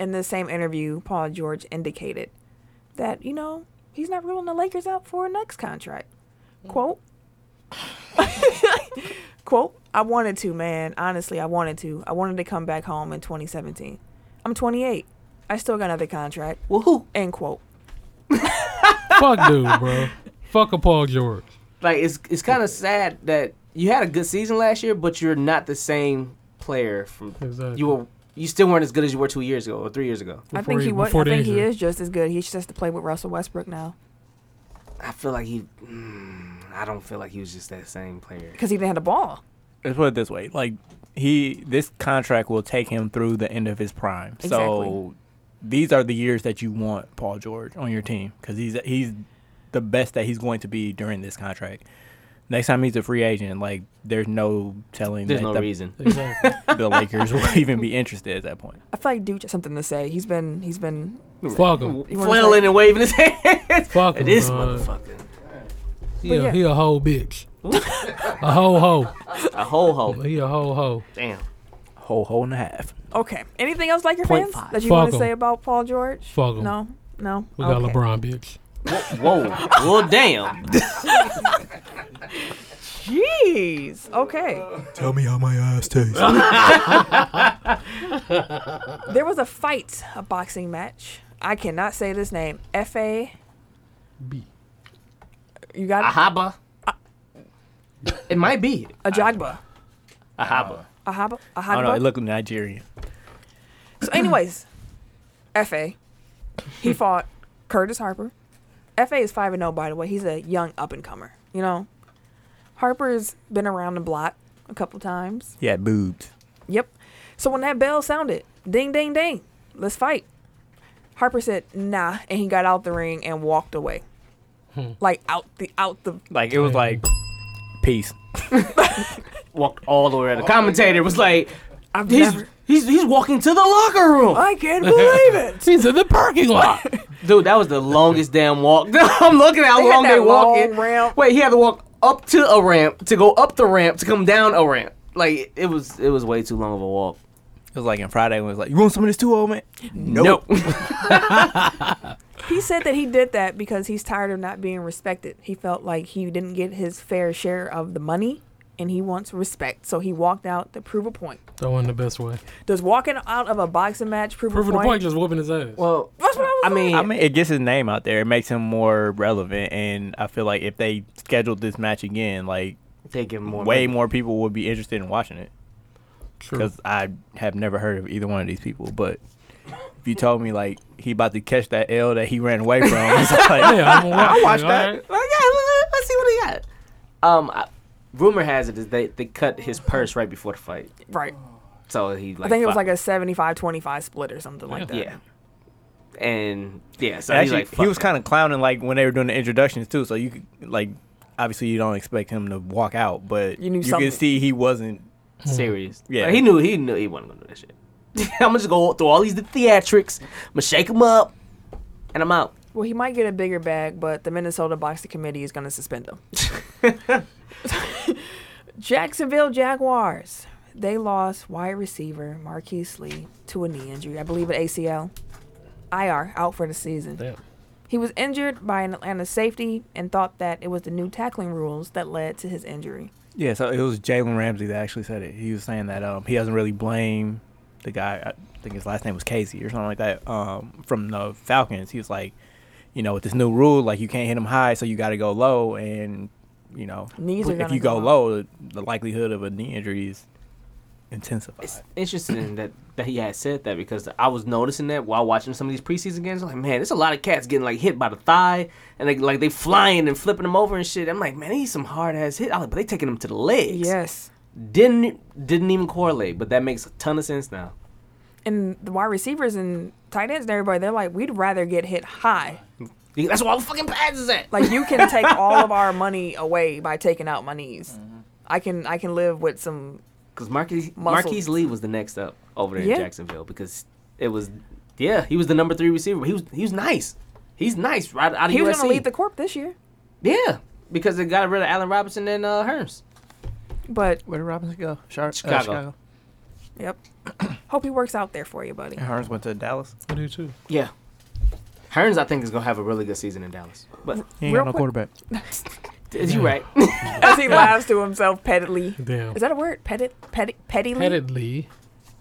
A: in the same interview, Paul George indicated that, you know, he's not ruling the Lakers out for a next contract.
D: Mm.
A: Quote, quote, I wanted to, man. Honestly, I wanted to. I wanted to come back home in 2017. I'm 28. I still got another contract.
B: Woohoo!
A: End quote.
D: Fuck dude, bro. Fuck a Paul George.
B: Like it's it's kind of sad that you had a good season last year, but you're not the same player from
D: Exactly.
B: you were. You still weren't as good as you were two years ago or three years ago.
A: I
D: Before
A: think
D: he-
A: he was.
D: before
A: I
D: the
A: think he
D: injury.
A: is just as good. He just has to play with Russell Westbrook now.
B: I feel like he. Mm, I don't feel like he was just that same player.
A: because he didn't have the ball.
C: Let's put it this way: like he, this contract will take him through the end of his prime.
A: Exactly.
C: So these are the years that you want Paul George on your team because he's he's the best that he's going to be during this contract. Next time he's a free agent, like there's no telling
B: There's
C: that
B: no
C: the,
B: reason.
D: Exactly.
C: the Lakers will even be interested at that point.
A: I feel like Duke has something to say. He's been he's been
D: Fuck him.
A: wanna
B: Flailing
A: say-
B: and waving his hands.
D: Fuck him.
B: This
D: dog.
B: motherfucker.
D: He a,
A: yeah.
D: he a whole bitch. a whole hoe.
B: A whole hoe.
D: He a whole hoe.
B: Damn.
C: Whole hole and a half.
A: okay. Anything else, Laker
B: Point
A: fans,
B: five.
A: that you
D: Fuck
A: want to
D: him.
A: say about Paul George?
D: Fuck him.
A: No, no.
D: We got
A: Okay.
D: LeBron bitch.
B: Whoa. Well, damn.
A: Jeez. Okay.
E: Tell me how my ass tastes.
A: There was a fight, a boxing match. I cannot say this name. F A
D: B.
A: You got
B: Ahaba. It might be.
A: a Jagba.
C: Ahaba.
A: A Haba? A
C: I don't know.
A: Haba?
C: It looked Nigerian.
A: So, anyways, FA. He fought Curtis Harper. FA is 5 and 0, by the way. He's a young up and comer, you know? Harper's been around the block a couple times.
E: Yeah, boobs.
A: Yep. So, when that bell sounded, ding, ding, ding, let's fight. Harper said, nah, and he got out the ring and walked away. Like out the out the
C: Like it was like peace.
B: Walked all the way around. The commentator was like,
A: I've
B: he's,
A: never Oh,
B: he's, he's walking to the locker room.
A: I can't believe it.
D: He's in the parking lot.
B: Dude, that was the longest damn walk. I'm looking at how
A: They had
B: long
A: that
B: they walking.
A: long ramp.
B: Wait, he had to walk up to a ramp to go up the ramp to come down a ramp. Like it was, it was way too long of a walk.
C: It was like in Friday when it was like
E: You want some of this too, old man? Nope.
A: He said that he did that because he's tired of not being respected. He felt like he didn't get his fair share of the money and he wants respect. So he walked out to prove a point.
D: Throwing the best way.
A: Does walking out of a boxing match prove,
D: Proof
A: a
D: of the
A: point?
D: point, just whooping his ass.
B: Well,
A: That's what I was
B: I mean,
C: I mean, it gets his name out there. It makes him more relevant, and I feel like if they scheduled this match again, like
B: they give him more.
C: way
B: money.
C: more people would be interested in watching it.
D: True.
C: Because I have never heard of either one of these people, but if you told me like he about to catch that L that he ran away from, it's like,
D: Yeah, I'm
B: I
D: watching,
B: watched
D: all
B: that.
D: right?
B: Well, yeah, let- let's see what he got. Um, I, rumor has it is they they cut his purse right before the fight,
A: right.
B: so he like.
A: I think it was
B: fuck.
A: like a 75 25 split or something like that.
B: yeah, and yeah. So
C: actually
B: he's like,
C: he was kind of clowning like when they were doing the introductions too. So you could like obviously you don't expect him to walk out, but
A: You knew
C: you
A: something.
C: could see he wasn't.
B: of serious.
C: Yeah.
B: Like, he knew he knew he wasn't gonna do that shit. I'm gonna just go through all these theatrics. I'm gonna shake him up, and I'm out.
A: Well, he might get a bigger bag, but the Minnesota Boxing Committee is going to suspend him. Jacksonville Jaguars. They lost wide receiver Marquise Lee to a knee injury, I believe an ACL. IR, out for the season.
D: Damn.
A: He was injured by an Atlanta safety and thought that it was the new tackling rules that led to his injury.
C: Yeah, so it was Jalen Ramsey that actually said it. He was saying that um, he doesn't really blame the guy. I think his last name was Casey or something like that um, from the Falcons. He was like, you know, with this new rule, like you can't hit him high, so you got to go low, and you know,
A: Knees are
C: if
A: gonna
C: you
A: go
C: go
A: up.
C: low, the likelihood of a knee injury is intensified.
B: It's interesting that, that he had said that because I was noticing that while watching some of these preseason games. I'm like, man, there's a lot of cats getting like hit by the thigh and like like they flying and flipping them over and shit. I'm like, man, he's some hard ass hit. I'm like, but they taking them to the legs.
A: Yes.
B: Didn't didn't even correlate, but that makes a ton of sense now.
A: And the wide receivers and tight ends and everybody, they're like, we'd rather get hit high.
B: That's where all the fucking pads is at.
A: Like you can take all of our money away by taking out my knees. I can I can live with some
B: Because Marquise,
A: Muscle.
B: Marquise Lee was the next up over there
A: Yeah.
B: in Jacksonville because it was, yeah, he was the number three receiver. He was he was nice. He's nice right out of
A: He was
B: USC.
A: going to lead the corp this year,
B: yeah, because they got rid of Allen Robinson and uh, Hearns.
A: but
E: Where did Robinson go? Char-
B: Chicago.
A: yep. Hope he works out there for you, buddy.
C: Hearns went to Dallas.
D: I do too.
B: Yeah. Hearns, I think, is going to have a really good season in Dallas. But
C: He ain't
A: Real
C: got no
A: quick-
C: quarterback.
B: is you right?
A: As he laughs to himself pettily.
D: Damn.
A: Is that a word? Pettit, petty, pettily,
D: Pettitly,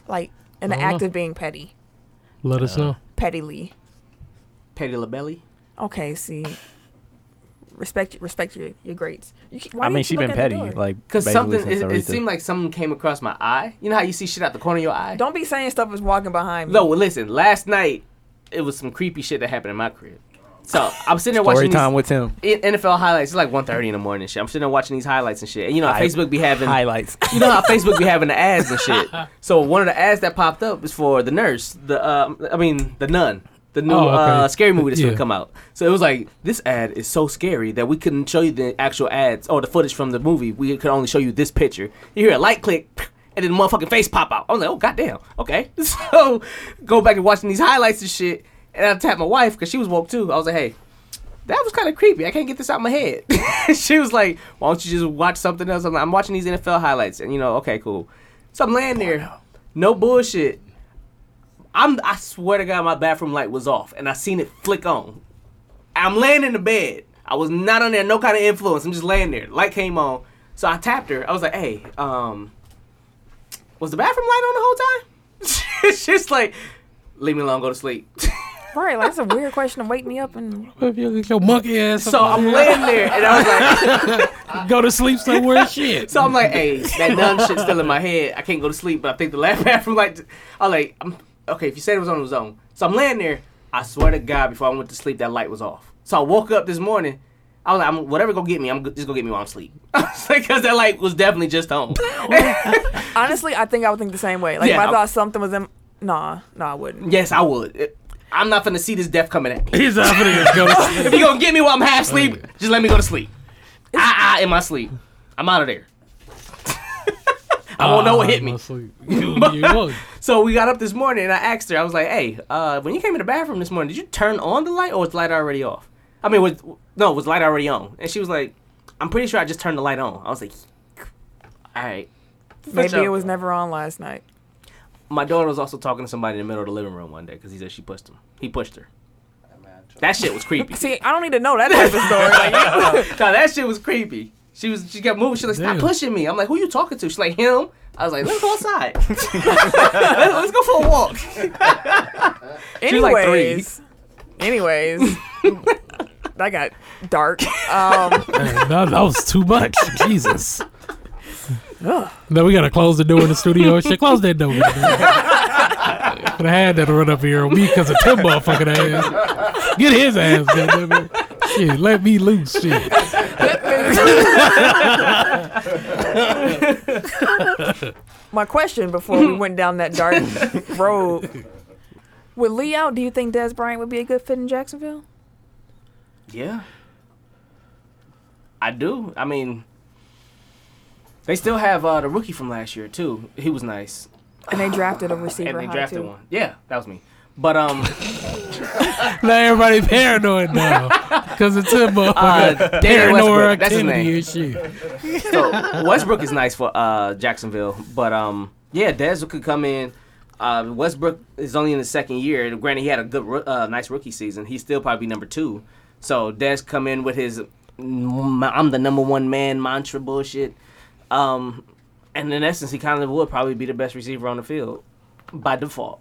A: like in the
D: I don't
A: act
D: know.
A: of being petty,
D: let us know.
A: pettily.
B: Petty LaBelly.
A: Okay, see, respect, respect your your grades. You keep, why
C: I
A: do you
C: mean,
A: keep
C: she been
A: looking at
C: petty
A: the door?
C: like
B: Because
C: basically
B: something,
C: since
B: it, it
C: Aretha.
B: seemed like something came across my eye. You know how you see shit out the corner of your eye?
A: don't be saying stuff is walking behind me.
B: No, well, listen, last night, it was some creepy shit that happened in my crib. So I'm sitting there
C: story
B: watching
C: time
B: these
C: with him.
B: I- NFL highlights. It's like 1.30 in the morning and shit. I'm sitting there watching these highlights and shit. And you know how
C: Hi-
B: Facebook be having...
C: Highlights.
B: you know how Facebook be having the ads and shit. So one of the ads that popped up is for the nurse, the uh, I mean the nun, the new
D: Oh, okay.
B: uh, scary movie that's
D: Yeah.
B: gonna come out. So it was like this ad is so scary that we couldn't show you the actual ads or the footage from the movie. We could only show you this picture. You hear a light click. And then the motherfucking face pop out. I'm like, oh goddamn, okay. So go back and watching these highlights and shit. And I tapped my wife because she was woke too. I was like, hey, that was kind of creepy. I can't get this out of my head. she was like, "Why don't you just watch something else?" I'm, like, I'm watching these NFL highlights, and you know, okay, cool. So I'm laying there, no bullshit. I'm I swear to God, my bathroom light was off, and I seen it flick on. I'm laying in the bed. I was not under no kind of influence. I'm just laying there. Light came on, so I tapped her. I was like, "Hey, um, was the bathroom light on the whole time?" She's like, "Leave me alone. Go to sleep."
A: Right, like that's a weird question to wake me up and
D: If you get your monkey ass
B: So
D: up,
B: I'm laying there, and I was like.
D: go to sleep somewhere. Shit.
B: So I'm like, hey, that numb shit's still in my head. I can't go to sleep, but I think the laugh bathroom, like, I'm like, I'm, okay, if you said it was on, it was on. So I'm laying there. I swear to God, before I went to sleep, that light was off. So I woke up this morning. I was like, I'm, whatever go get me, I'm go- just gonna get me while I'm asleep. Because that light was definitely just on.
A: honestly, I think I would think the same way. Like
B: Yeah,
A: if I
B: I-
A: thought something was in, nah, nah, I wouldn't.
B: yes, I would. It- I'm not finna see this death coming at me.
D: He's out there. Go to sleep.
B: if you gonna get me while I'm half asleep, just let me go to sleep. Ah, ah, in my sleep. I'm out of there. I won't know what hit me.
D: Go to sleep. You, you woke.
B: So we got up this morning and I asked her, I was like, hey, uh, when you came in the bathroom this morning, did you turn on the light or was the light already off? I mean, was no, was the light already on? And she was like, I'm pretty sure I just turned the light on. I was like, all right.
A: Maybe
B: sure.
A: it was never on last night.
B: My daughter was also talking to somebody in the middle of the living room one day because he said she pushed him. He pushed her. That shit was creepy.
A: See, I don't need to know that type of story. Like,
B: no, that shit was creepy. She was she kept moving. She was like,
D: Damn.
B: stop pushing me. I'm like, who you talking to? She's like, him. I was like, let's go outside. let's, let's go for a walk. was like three.
A: anyways, anyways, that got dark. Um,
D: Man, that, that was too much. Jesus. Now we gotta close the door in the studio. Shit, close that door. But I had that run up here a week because of Tim motherfucking ass. Get his ass, goddamn it. Shit, let me loose. Shit.
A: my question before we went down that dark road. With Lee out, do you think Des Bryant would be a good fit in Jacksonville?
B: Yeah. I do. I mean, they still have uh, the rookie from last year too. He was nice,
A: And they drafted a receiver.
B: and they
A: high,
B: drafted
A: too.
B: one. Yeah, that was me. But um,
D: Now everybody paranoid now because of Tim
B: uh, Darren
D: motherfucking paranoid
B: Westbrook. That's his
D: activity
B: name.
D: and shit.
B: So Westbrook is nice for uh, Jacksonville, but um, yeah, Des could come in. Uh, Westbrook is only in his second year. and Granted, he had a good, roo- uh, nice rookie season. He's still probably number two. So Des come in with his "Mm, "I'm the number one man" mantra bullshit. Um, and in essence, he kind of would probably be the best receiver on the field by default.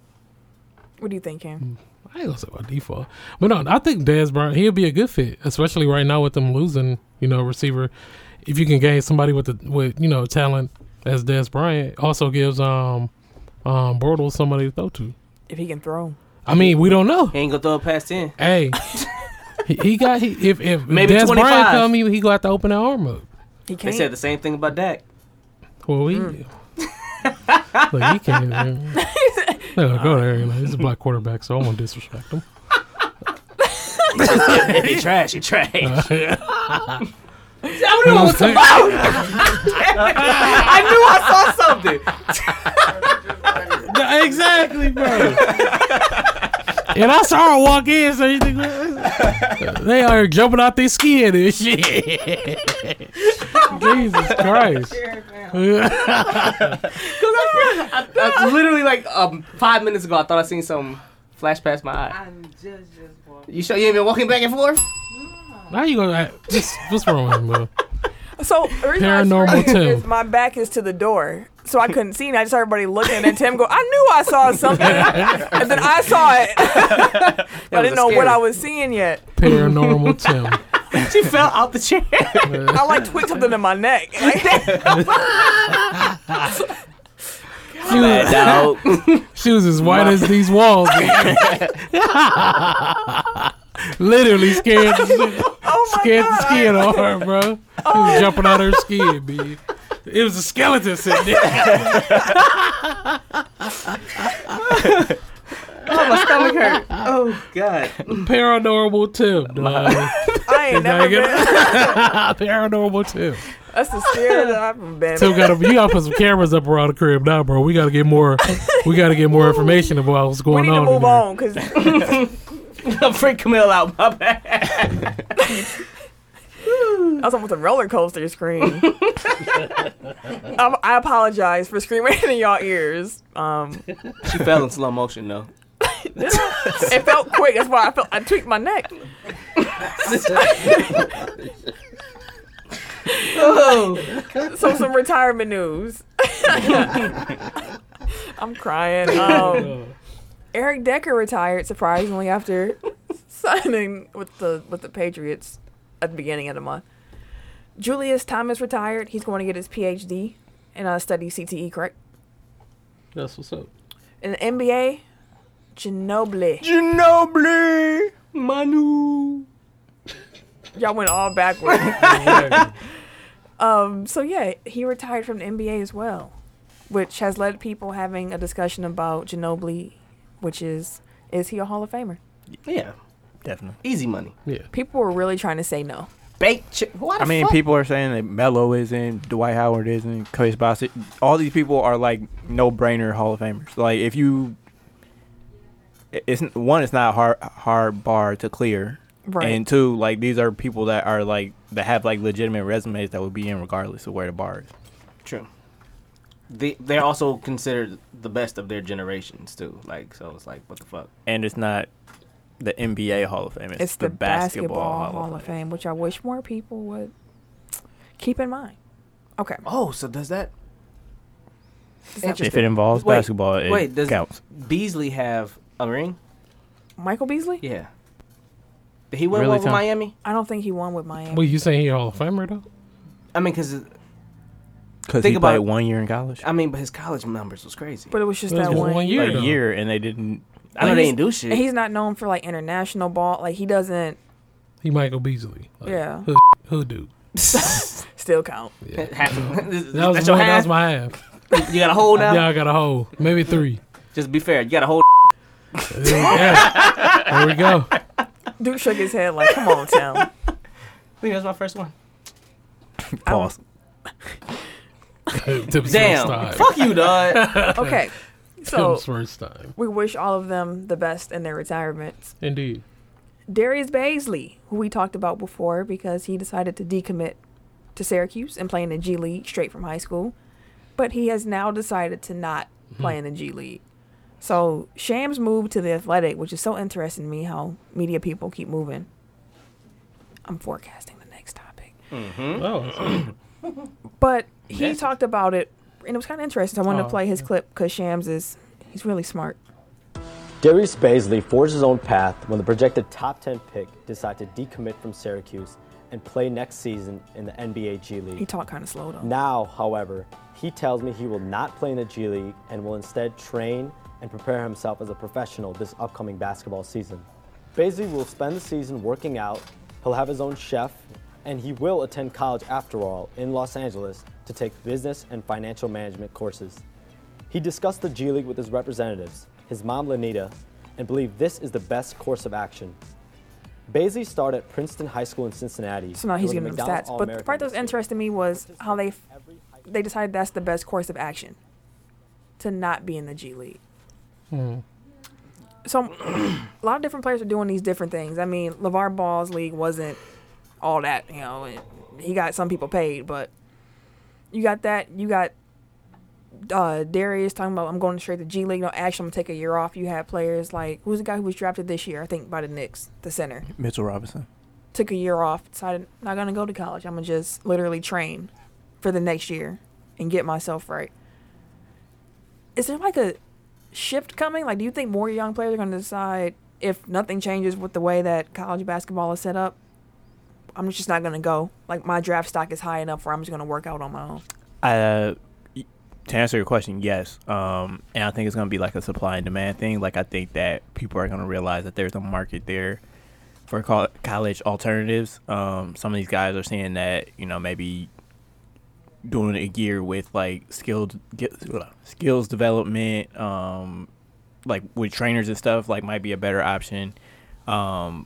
A: What do you think, Cam?
D: I ain't gonna say by default, but no, I think Dez Bryant he'll be a good fit, especially right now with them losing, you know, receiver. If you can gain somebody with the with you know talent as Dez Bryant, also gives um um Bortles somebody to throw to.
A: If he can throw.
D: I mean, we don't know.
B: He ain't gonna throw it past ten.
D: Hey, he, he got he, if if
B: Maybe
D: Dez
B: 25.
D: Bryant come, he he gonna have to open that arm up.
A: He
B: They
A: can't.
B: said the same thing about Dak.
D: Well, we. Look, he can't. man. No, go there. you know, he's a black quarterback, so I won't disrespect him.
B: he trash. He trash. I
D: You
B: knew
D: know
B: I
D: what
B: was
D: I'm
B: about. I knew I saw something.
D: Yeah, exactly, bro. and I saw her walk in, so you think they are jumping out their skin and shit. Jesus Christ.
B: I, I- literally, like um, five minutes ago, I thought I seen something flash past my eye.
G: I'm just, just walking.
B: You sure you ain't been walking back and forth?
D: now you gonna just what's wrong with him, bro?
A: So the reason I
D: Paranormal
A: screamed
D: Tim.
A: is my back is to the door, so I couldn't see, and I just heard everybody looking. And Tim go, "I knew I saw something," and then I saw it. I didn't know what I was seeing yet.
D: Paranormal Tim.
B: She fell out the chair.
A: I like tweaked something in my neck. Like that.
D: She was,
B: dog.
D: she was as white as these walls. Literally scared the shit-
A: Oh my
D: scared the
A: god! Oh
D: skin off her, bro. She was jumping out her skin, B. It was a skeleton sitting there.
B: oh, my stomach hurt. Oh God.
D: Paranormal Tim. dog.
A: I ain't never
D: Megan.
A: been.
D: Paranormal Tim.
A: That's the spirit that I've been.
D: Tim got you gotta put some cameras up around the crib now, bro. We gotta get more we gotta get more information about what's
A: we
D: going
A: need to
D: on. in
A: move
D: there.
A: on because
B: The freak Camille out my back.
A: I was almost a roller coaster scream. I, I apologize for screaming in y'all ears. Um,
B: She fell in slow motion though.
A: it felt quick. That's why I felt I tweaked my neck. so some retirement news. I'm crying. Um, Eric Decker retired surprisingly after signing with the with the Patriots at the beginning of the month. Julius Thomas retired. He's going to get his PhD and uh, study CTE, correct?
D: That's what's up.
A: In the NBA, Ginobili.
B: Ginobili, Manu.
A: Y'all went all backwards.
D: Yeah.
A: Um, so yeah, he retired from the NBA as well, which has led people having a discussion about Ginobili, which is is he a Hall of Famer?
B: Yeah,
C: Definitely.
B: easy money.
D: yeah.
A: People were really trying to say no.
B: Bake. Ch- why the
C: I mean,
B: fuck?
C: people are saying that Melo isn't, Dwight Howard isn't, Coach Bossett. All these people are like no-brainer Hall of Famers. Like if you, it- it's one, it's not a hard hard bar to clear,
A: Right.
C: and two, like these are people that are like that have like legitimate resumes that would be in regardless of where the bar is.
B: True. They they're also considered the best of their generations too. Like so, it's like what the fuck.
C: And it's not the NBA Hall of Fame. It's,
A: It's the, basketball, Hall of Fame, which I wish more people would keep in mind. Okay.
B: Oh, so does that
A: Does that-
C: If it involves
B: Wait,
C: basketball, it
B: wait, does-
C: counts.
B: Beasley have a ring?
A: Michael Beasley?
B: Yeah. Did he win
C: Really,
B: one with
C: Tom?
B: Miami?
A: I don't think he won with Miami.
D: Well, you saying he a Hall of Famer though?
B: I mean, because
C: Because
B: Think
C: he played
B: about-
C: one year in college,
B: I mean, but his college numbers was crazy.
A: but it was just
D: It was
A: that
D: just
A: one,
D: one year.
C: a
D: though.
C: year, and they didn't.
B: I know
A: And
B: they
A: he's-
B: didn't do shit.
A: And he's not known for like international ball. Like he doesn't
D: He Michael Beasley. Like,
A: Yeah.
D: Hood, hood dude.
A: still count.
B: Half-
D: That was,
B: That's
D: my,
B: your
D: that
B: half.
D: was my half.
B: You got a hold now.
D: Yeah, I got a hole. Maybe three.
B: Just be fair. You got a hold.
D: yeah. There we go.
A: Duke shook his head like, "Come on, Tim."
B: I think that's my first one.
C: Pause.
D: Tips
B: Damn.
D: First time.
B: Fuck you, dog.
A: Okay. So
D: Tips first time.
A: we wish all of them the best in their retirements.
D: Indeed.
A: Darius Baisley, who we talked about before because he decided to decommit to Syracuse and play in the G League straight from high school, but he has now decided to not
D: Mm-hmm.
A: play in the G League. So Shams moved to the Athletic, which is so interesting to me how media people keep moving. I'm forecasting the next topic.
D: Oh, that's-
A: But he
B: That's-
A: talked about it, and it was kind of interesting. So I wanted
D: Oh,
A: to play his clip because Shams is he's really smart.
G: Darius Baisley forged his own path when the projected top 10 pick decided to decommit from Syracuse and play next season in the NBA G
A: He
G: League.
A: talked kind of slow though.
G: Now, however, he tells me he will not play in the G League and will instead train and prepare himself as a professional this upcoming basketball season. Baisley will spend the season working out, he'll have his own chef, and he will attend college after all in Los Angeles to take business and financial management courses. He discussed the G League with his representatives, his mom Lanita, and believed this is the best course of action. Baisley started at Princeton High School in Cincinnati.
A: So now he's
G: where
A: giving
G: the
A: them
G: McDonald
A: stats. But the
G: All-American
A: part that was
G: was picked.
A: interesting to me was how they f- they decided that's the best course of action to not be in the G League. So a lot of different players are doing these different things. I mean, LeVar Ball's league wasn't all that, you know, and he got some people paid, but you got that, you got uh, Darius talking about I'm going straight to G League. No, actually, I'm gonna take a year off. You had players like who's the guy who was drafted this year? I think by the Knicks, the center
C: Mitchell Robinson.
A: took a year off, decided I'm not gonna go to college. I'm gonna just literally train for the next year and get myself right. Is there like a shift coming? Like, do you think more young players are gonna decide if nothing changes with the way that college basketball is set up? I'm just not gonna go. Like my draft stock is high enough where I'm just gonna work out on my own.
C: Uh, y- to answer your question, yes. Um, and I think it's gonna be like a supply and demand thing. Like I think that people are gonna realize that there's a market there for col- college alternatives. Um, some of these guys are saying that you know maybe doing a year with like skilled get, skills development, um, like with trainers and stuff, like might be a better option. Um,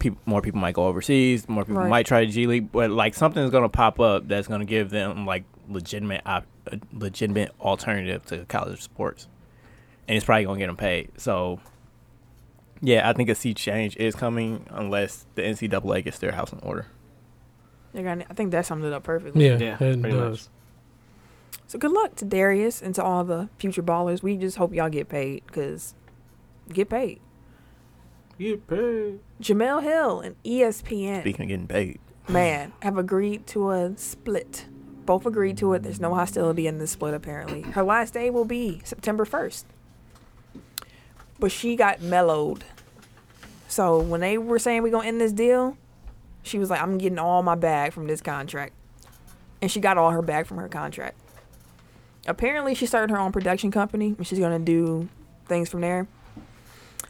C: people, more people might go overseas, more people
A: Right.
C: might try G League, but like something's gonna pop up that's gonna give them like legitimate op- a legitimate alternative to college sports, and it's probably gonna get them paid. So. Yeah, I think a sea change is coming unless the NCAA gets their house in order.
A: They're gonna. I think that summed it up perfectly.
D: yeah. uh,
B: Yeah,
D: it
B: pretty much.
D: does.
A: So good luck to Darius and to all the future ballers. We just hope y'all get paid because get paid.
B: You paid.
A: Jamel Hill and E ESPN.
C: Speaking of getting paid,
A: man have agreed to a split. Both agreed to it. There's no hostility in this split, apparently. Her last day will be September 1st. but she got mellowed. So when they were saying we're gonna end this deal, she was like, "I'm getting all my bag from this contract," and she got all her bag from her contract. Apparently, she started her own production company, and she's gonna do things from there.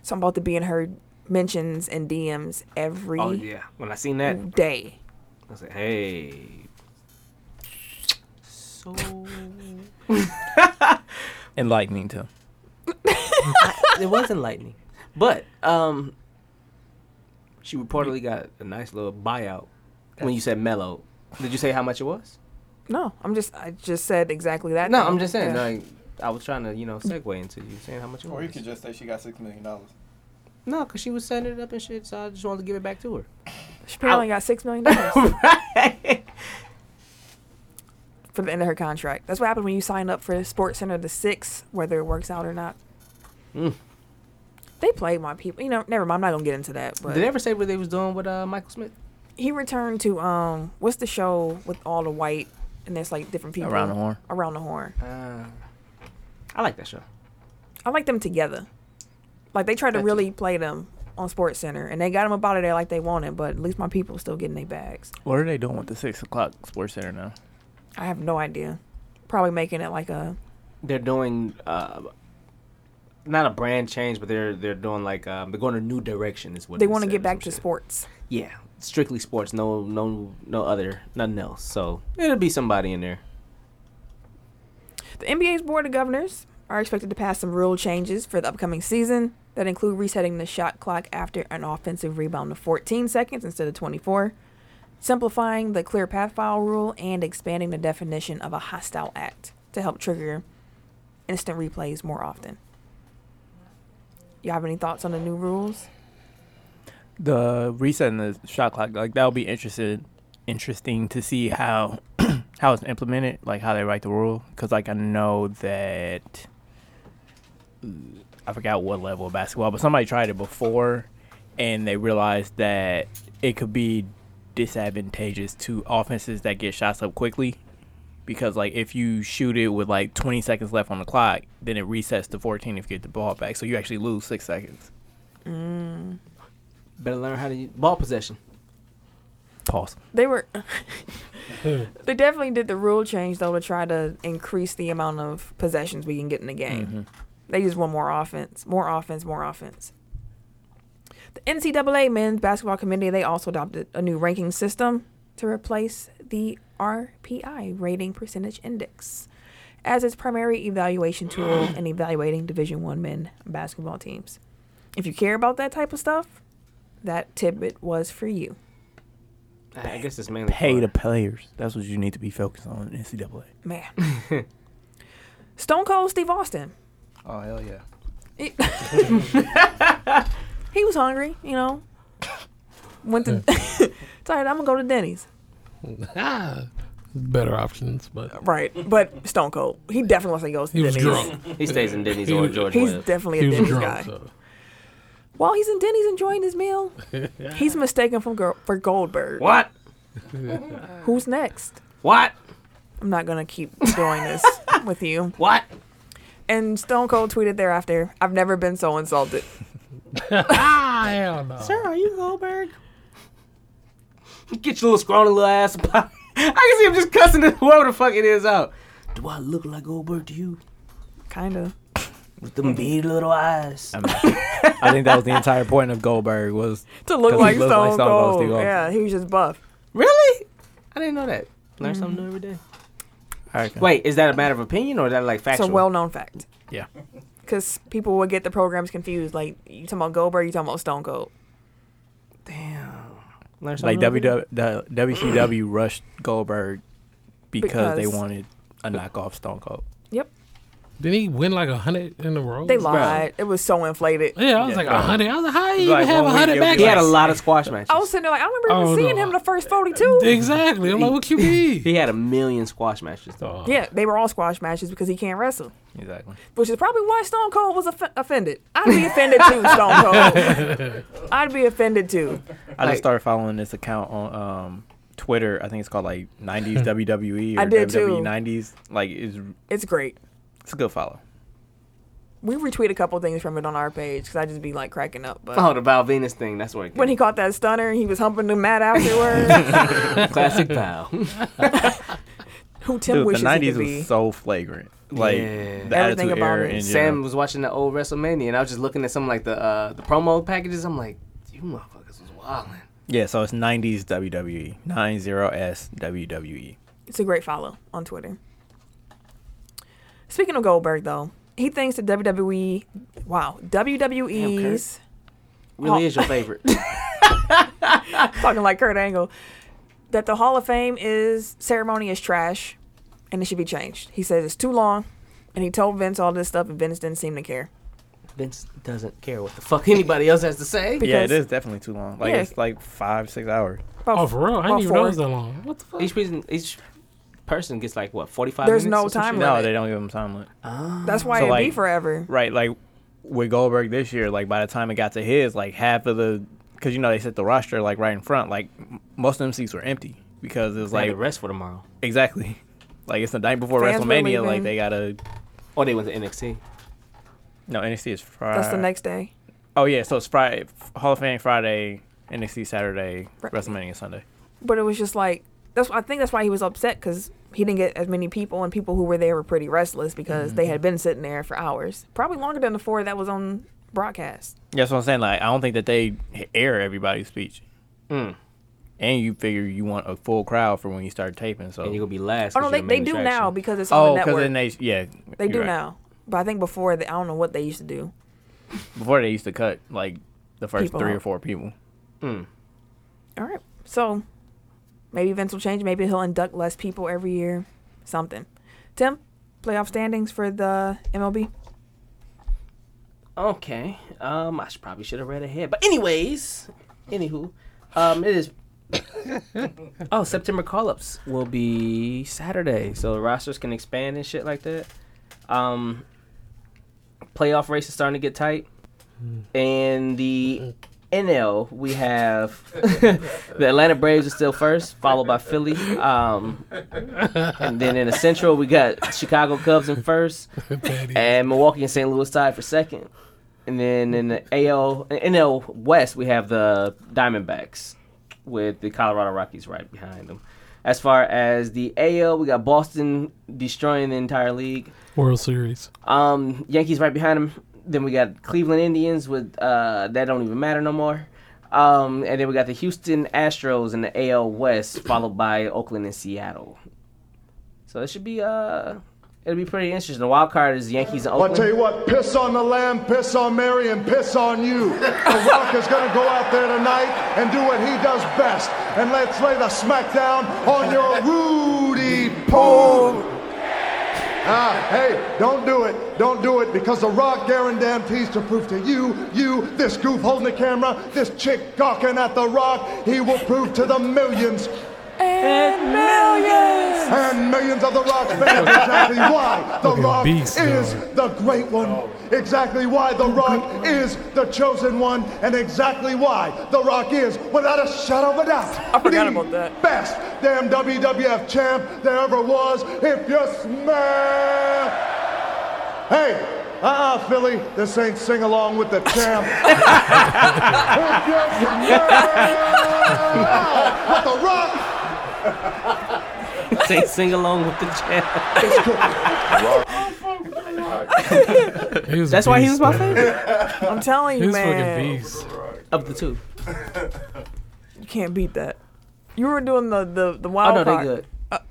A: So I'm about to be in her mentions and DMs every day.
B: Oh yeah, when I seen that, I was like, hey. So
C: Enlightening too.
B: it wasn't lightning, but um, she reportedly got a nice little buyout. When you said mellow, did you say how much it was?
A: No, I'm just I just said exactly that.
B: No,
A: thing.
B: I'm just saying.
A: Yeah.
B: Like, I was trying to you know segue into you saying how much it
E: Or you
B: was.
E: could just say she got six million dollars.
B: No, cause she was setting it up and shit, so I just wanted to give it back to her.
A: she apparently got six million dollars
B: right.
A: for the end of her contract. That's what happened when you sign up for Sports Center the six, whether it works out or not.
B: Mm.
A: They played my people. You know, never mind. I'm not gonna get into that. But
B: Did they ever say what they was doing with uh, Michael Smith?
A: he returned to um, what's the show with all the white and there's like different people
C: Around the Horn.
A: Around the horn.
B: Uh, I like that show.
A: I like them together. Like they tried to
B: Gotcha.
A: really play them on Sports Center, and they got them about it there like they wanted. But at least my people still getting their bags.
C: What are they doing with the six o'clock sports center now?
A: I have no idea. Probably making it like a
B: They're doing uh, not a brand change, but they're they're doing like um, they're going a new direction. Is what
A: they
B: want to
A: get back to sports.
B: Yeah, strictly sports. No, no, no other, nothing else. So it'll be somebody in there.
A: The NBA's Board of Governors are expected to pass some rule changes for the upcoming season that include resetting the shot clock after an offensive rebound to 14 seconds instead of 24, simplifying the clear path foul rule, and expanding the definition of a hostile act to help trigger instant replays more often. You have any thoughts on the new rules?
C: The reset and the shot clock, like that'll be interested, interesting to see how how it's implemented, like how they write the rule. Because like I know that I forgot what level of basketball, but somebody tried it before, and they realized that it could be disadvantageous to offenses that get shots up quickly. Because like if you shoot it with like 20 seconds left on the clock, then it resets to 14 if you get the ball back. So you actually lose six seconds.
B: Better learn how to use ball possession.
C: Pause.
A: They were. they definitely did the rule change though to try to increase the amount of possessions we can get in the game. They just want more offense, more offense, more offense. The NCAA men's basketball committee they also adopted a new ranking system to replace the RPI rating percentage index as its primary evaluation tool in evaluating Division One men basketball teams. If you care about that type of stuff, that tidbit was for you.
B: I, I guess it's mainly
C: pay
B: for-
C: the players. That's what you need to be focused on in NCAA.
A: Man. Stone Cold Steve Austin.
B: Oh hell yeah!
A: He, he was hungry, you know. Went to tired. I'm gonna go to Denny's.
D: Ah, better options, but
A: Right, but Stone Cold. He definitely wants to go to
D: he was
A: Denny's.
D: drunk.
B: He stays in Denny's
D: He
B: or
D: was-
B: George
A: He's
B: Webb.
A: definitely a
D: He was
A: Denny's guy.
D: drunk. So.
A: While he's in Denny's enjoying his meal, he's mistaken from Gor- for Goldberg.
B: what?
A: Who's next?
B: What?
A: I'm not gonna keep doing this with you.
B: What?
A: And Stone Cold tweeted thereafter, "I've never been so insulted."
D: Ah, hell no.
B: Are you Goldberg? Get your little scrawny little ass. up out- I can see him just cussing this, whoever the fuck it is out. Do I look like Goldberg to you?
A: Kinda.
B: With them big little eyes.
C: I think that was the entire point of Goldberg was
A: To look
C: 'Cause he
A: like
C: looks
A: Stone,
C: like Stone Cold
A: Cold.
C: Steve Austin.
A: Yeah, he was just buff.
B: Really? I didn't know that. Learn something new every day. Wait, is that a matter of opinion or is that like
A: It's
B: factual?
A: a well-known fact.
C: Yeah.
A: because people would get the programs confused. Like you talking about Goldberg, you talking about Stone Cold.
B: Learn something
C: Like E.
B: new every day?
C: WW, the WCW rushed Goldberg because, they
A: Because-
C: wanted a knockoff Stone Cold.
A: Yep,
D: Didn't he win like a hundred in a row?
A: they lied. It was so inflated.
D: Yeah, I was like a hundred. I was like, how do you
C: Like,
D: even have a
C: one week
D: hundred
C: you'll
D: back?
C: be
B: He had a
D: like-
B: lot of squash matches.
A: I was sitting there like I remember even
D: Oh,
A: seeing
D: no.
A: him the first forty-two.
D: Exactly. I'm like, what QB?
B: He had a million squash matches though.
A: yeah, they were all squash matches because he can't wrestle,
C: Exactly.
A: which is probably why Stone Cold was off- offended. I'd be offended too, Stone Cold. I'd be offended too.
C: I
B: Like-
C: just started following this account on um, Twitter. I think it's called like 90s WWE E or
A: I did
C: WWE
A: too.
C: 90s. Like it's
A: It's great.
C: it's a good follow.
A: We retweet a couple things from it on our page because I just be like cracking up. But
B: Oh, the Val Venus thing. That's where it came.
A: when he caught that stunner, he was humping the mat afterwards.
B: classic Val.
A: Who Tim
E: Dude, the
A: wishes he
E: '90s
A: could be.
E: was so flagrant. Like
B: Yeah.
E: the
A: Everything
E: attitude
A: about
E: era
A: it.
E: and
B: Sam was watching the old WrestleMania, and I was just looking at some like the uh, the promo packages. I'm like, you motherfuckers was wildin'.
E: Yeah, so it's 90s WWE,
C: E.
E: 90s WWE.
A: it's a great follow on Twitter. Speaking of Goldberg, though, he thinks that WWE, wow, WWE's
B: Really
A: Oh.
B: is your favorite.
A: talking like Kurt Angle, that the Hall of Fame is ceremony is trash, and it should be changed. He says it's too long, and he told Vince all this stuff, and Vince didn't seem to care.
B: Vince doesn't care what the fuck anybody else has to say.
E: Yeah,
A: Because-
E: it is definitely too long. Like
A: Yeah.
E: it's like five, six hours.
A: About-
D: Oh, for real?
A: about
D: I didn't even
A: four-
D: notice that long. What the fuck?
B: Each person, each person gets like what 45.
A: There's
B: minutes
A: no
B: or some
A: time
B: shit?
A: limit.
C: No, they don't give him time limit.
A: That's why
C: So,
A: it'd be
C: like-
A: forever.
C: Uh, Right, like with Goldberg this year, like by the time it got to his, like half of the, because you know they set the roster like right in front, like m- most of them seats were empty because it was
B: They had
C: like
B: to rest for tomorrow.
C: exactly, like it's the night before
A: Fans were
C: WrestleMania,
A: leaving.
C: like they gotta
B: Or Oh, they went to NXT.
C: no NXT is Friday.
A: That's the next day.
C: Oh yeah, so it's Friday, Hall of Fame Friday, NXT Saturday,
A: Right.
C: WrestleMania Sunday.
A: But it was just like that's. I think that's why he was upset because he didn't get as many people, and people who were there were pretty restless because
C: Mm-hmm.
A: they had been sitting there for hours, probably longer than the four that was on broadcast.
C: Yeah, that's what I'm saying. Like I don't think that they air everybody's speech. And you figure you want a full crowd for when you start taping, so
B: And you're gonna be last.
A: Oh no,
B: 'cause
A: they,
B: you're the
A: they
B: main
A: do
B: attraction.
A: now because it's on
C: oh,
A: the
C: because
A: network.
C: then they yeah
A: they
C: you're
A: do
C: right.
A: now, but I think before they, I don't know what they used to do.
C: Before they used to cut like the first
A: People
C: three or
A: out.
C: four people.
A: All right, so maybe Vince will change. Maybe he'll induct less people every year. Something. Tim, playoff standings for the MLB.
B: Okay. Um, I should, probably should have read ahead. But anyways, anywho, um, it is. oh, September call-ups will be Saturday, so the rosters can expand and shit like that. Um, playoff race is starting to get tight, and the NL we have the Atlanta Braves are still first, followed by Philly. Um, and then in the Central we got Chicago Cubs in first, and Milwaukee and St. Louis tied for second. And then in the AL in NL West, we have the Diamondbacks with the Colorado Rockies right behind them. As far as the AL, we got Boston destroying the entire league.
D: World Series.
B: Um, Yankees right behind them. Then we got Cleveland Indians with uh, that don't even matter no more. Um, and then we got the Houston Astros in the AL West, followed by Oakland and Seattle. So it should be uh, it'll be pretty interesting. The wild card is Yankees and
H: Well, I tell
B: Oakland.
H: you what, piss on the lamb, piss on Mary, and piss on you. The Rock is going to go out there tonight and do what he does best. And let's lay the smackdown on your Rudy Pogue. Ah, hey, don't do it. Don't do it because The Rock guarantees to prove to you, you, this goof holding the camera, this chick gawking at The Rock, he will prove to the millions and millions of the Rock fans exactly why the
D: Fucking
H: Rock
D: beast,
H: is
D: dog.
H: the great one. Exactly why the Rock is the chosen one, and exactly why the Rock is, without a shadow of a doubt,
A: I forgot
H: the
A: about that.
H: best damn WWF champ there ever was. If you smell, hey, uh-uh, Philly, this ain't sing along with the champ. if you smell what the Rock
B: Sing, sing along with the jam. That's why he was my favorite
A: I'm telling
D: He
A: you,
D: was
A: man.
D: fucking beast.
B: of the two.
A: You can't beat that. You were doing the the the
B: Oh
A: wild
B: no, they
A: card.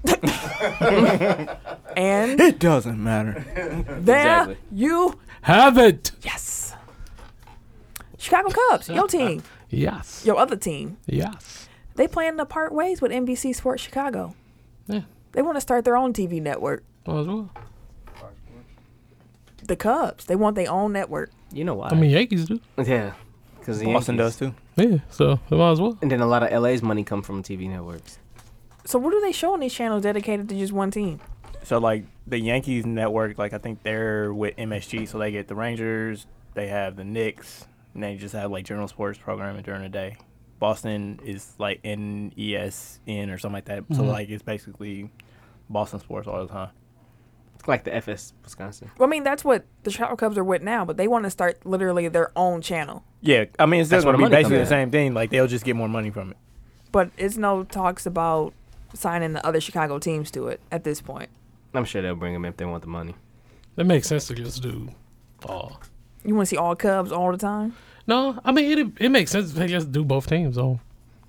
B: good.
A: And
E: It doesn't matter.
A: there
B: Exactly.
A: you
D: Have it.
A: yes. Chicago Cubs, your team,
D: Yes.
A: your other team.
D: Yes.
A: They plan to part ways with NBC Sports Chicago.
D: Yeah.
A: They want to start their own TV network.
D: Might as well.
A: The Cubs, they want their own network.
B: You know why?
D: I mean, Yankees do.
B: yeah, because
E: Boston does too.
D: Yeah. So they might as well.
B: And then a lot of LA's money come from TV networks.
A: So what do they show on these channels dedicated to just one team?
C: So like the Yankees network, like I think they're with MSG, so they get the Rangers, they have the Knicks, and they just have like general sports programming during the day. Boston is like E
A: Mm-hmm.
C: NESN or something like that. So like it's basically Boston sports all the time.
B: like the FS Wisconsin.
A: Well, I mean, that's what the Chicago Cubs are with now, but they want to start literally their own channel.
C: Yeah, I mean, it's
B: That's
C: still
B: where the
C: going to
B: money comes
C: be basically the
B: in.
C: same thing. Like they'll just get more money from it.
A: But it's no talks about signing the other Chicago teams to it at this point.
B: I'm sure they'll bring them if they want the money.
D: That makes sense to just do all.
A: You want to see all Cubs all the time?
D: No, I mean it. It makes sense. They just do both teams on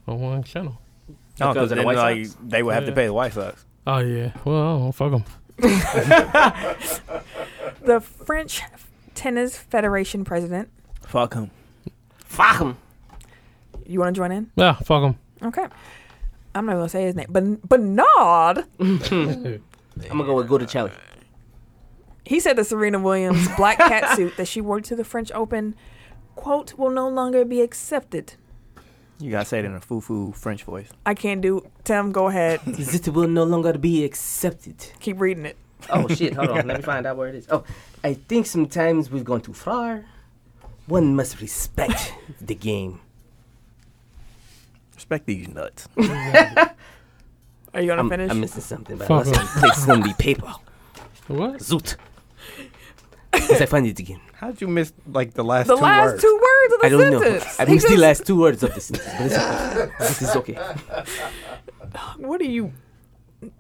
D: on one channel.
C: No,
B: Cubs
C: because
B: and the
C: then
B: White
C: like
B: Sox?
C: they would have to
D: Yeah.
C: pay the White Sox.
D: Oh yeah. Well, I don't fuck them.
A: The French Tennis Federation president.
E: Fuck him.
B: Fuck 'em.
A: You want to join in?
D: Yeah, fuck them.
A: Okay. I'm not going to say his name. Ben- Bernard.
B: I'm gonna go with Guticelli.
A: He said the Serena Williams black cat suit that she wore to the French Open, quote, will no longer be accepted.
E: You gotta say it in a foo foo French voice.
A: I can't do. Tim, go ahead.
B: This will no longer be accepted.
A: Keep reading it.
B: Oh shit, hold on, let me find out where it is. Oh, I think sometimes we've gone too far. One must respect the game.
E: Respect these nuts.
A: Are you going to
B: I'm,
A: finish?
B: I'm missing something, but
D: Fuck
B: I lost my place. It's gonna be paper.
D: What?
B: Zoot. Because I find it again.
E: How'd you miss like the last
A: the
E: two
A: last
E: words?
A: two words of the
B: I don't
A: sentence.
B: know. I
A: He
B: missed the
A: just-
B: last two words of the sentence, but it's okay. this is okay.
A: What are you?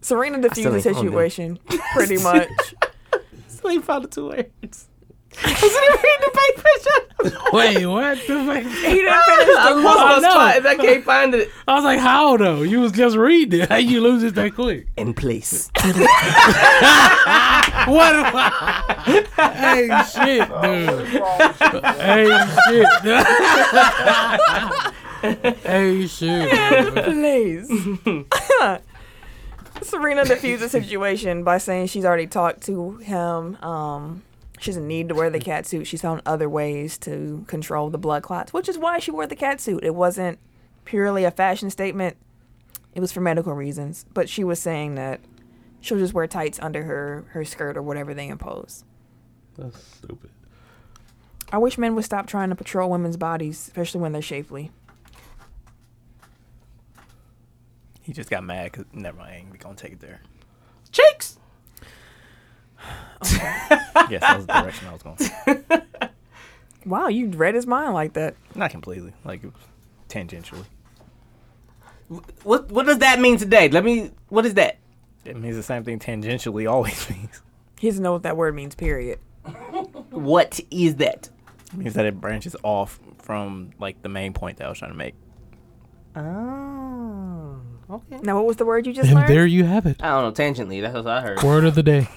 A: Serena diffused the
B: ain't found them.
A: situation pretty much.
B: So you found the two words. I didn't read the paper. shut up.
D: Wait, what? The fuck?
A: he didn't finish
B: I
A: the
B: lost my
D: Oh, no.
B: spot and I can't find it.
D: I was like, how though? You was just reading. How you lose it that quick?
B: In place.
D: What? am I- Oh, hey, shit, dude. hey, shit. dude. hey, shit. dude.
A: place. Serena diffused the situation by saying she's already talked to him. Um, she doesn't need to wear the cat suit. She's found other ways to control the blood clots, which is why she wore the cat suit. It wasn't purely a fashion statement. It was for medical reasons. But she was saying that she'll just wear tights under her, her skirt or whatever they impose.
D: That's stupid.
A: I wish men would stop trying to patrol women's bodies, especially when they're shapely.
E: He just got mad because never mind. I ain't gonna take it there.
B: Cheeks.
E: yes, that was the direction I was going.
A: Wow, you read his mind like that.
E: Not completely, like tangentially.
B: What What does that mean today? Let me. What is that?
C: It means the same thing tangentially always means.
A: He doesn't know what that word means, period.
B: What is that?
C: It means that it branches off from like the main point that I was trying to make.
B: Oh, okay.
A: Now, what was the word you just
D: And
A: learned?
D: there you have it.
B: I don't know. Tangentially, that's what I heard.
D: Word of the day.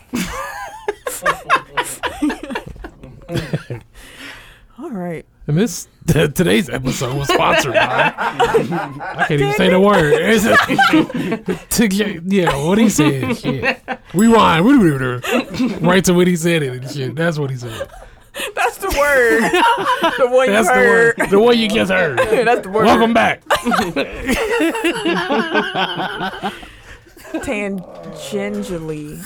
A: All right.
D: And this t- today's episode was sponsored by. I can't even say the word. It's a- to- yeah, yeah, what he said. Shit. Rewind. right to what he said it and shit. That's what he said.
A: That's the word. the one you
D: That's the
A: heard.
D: word. The one you just heard.
A: That's the word.
D: Welcome back.
A: Tangentially.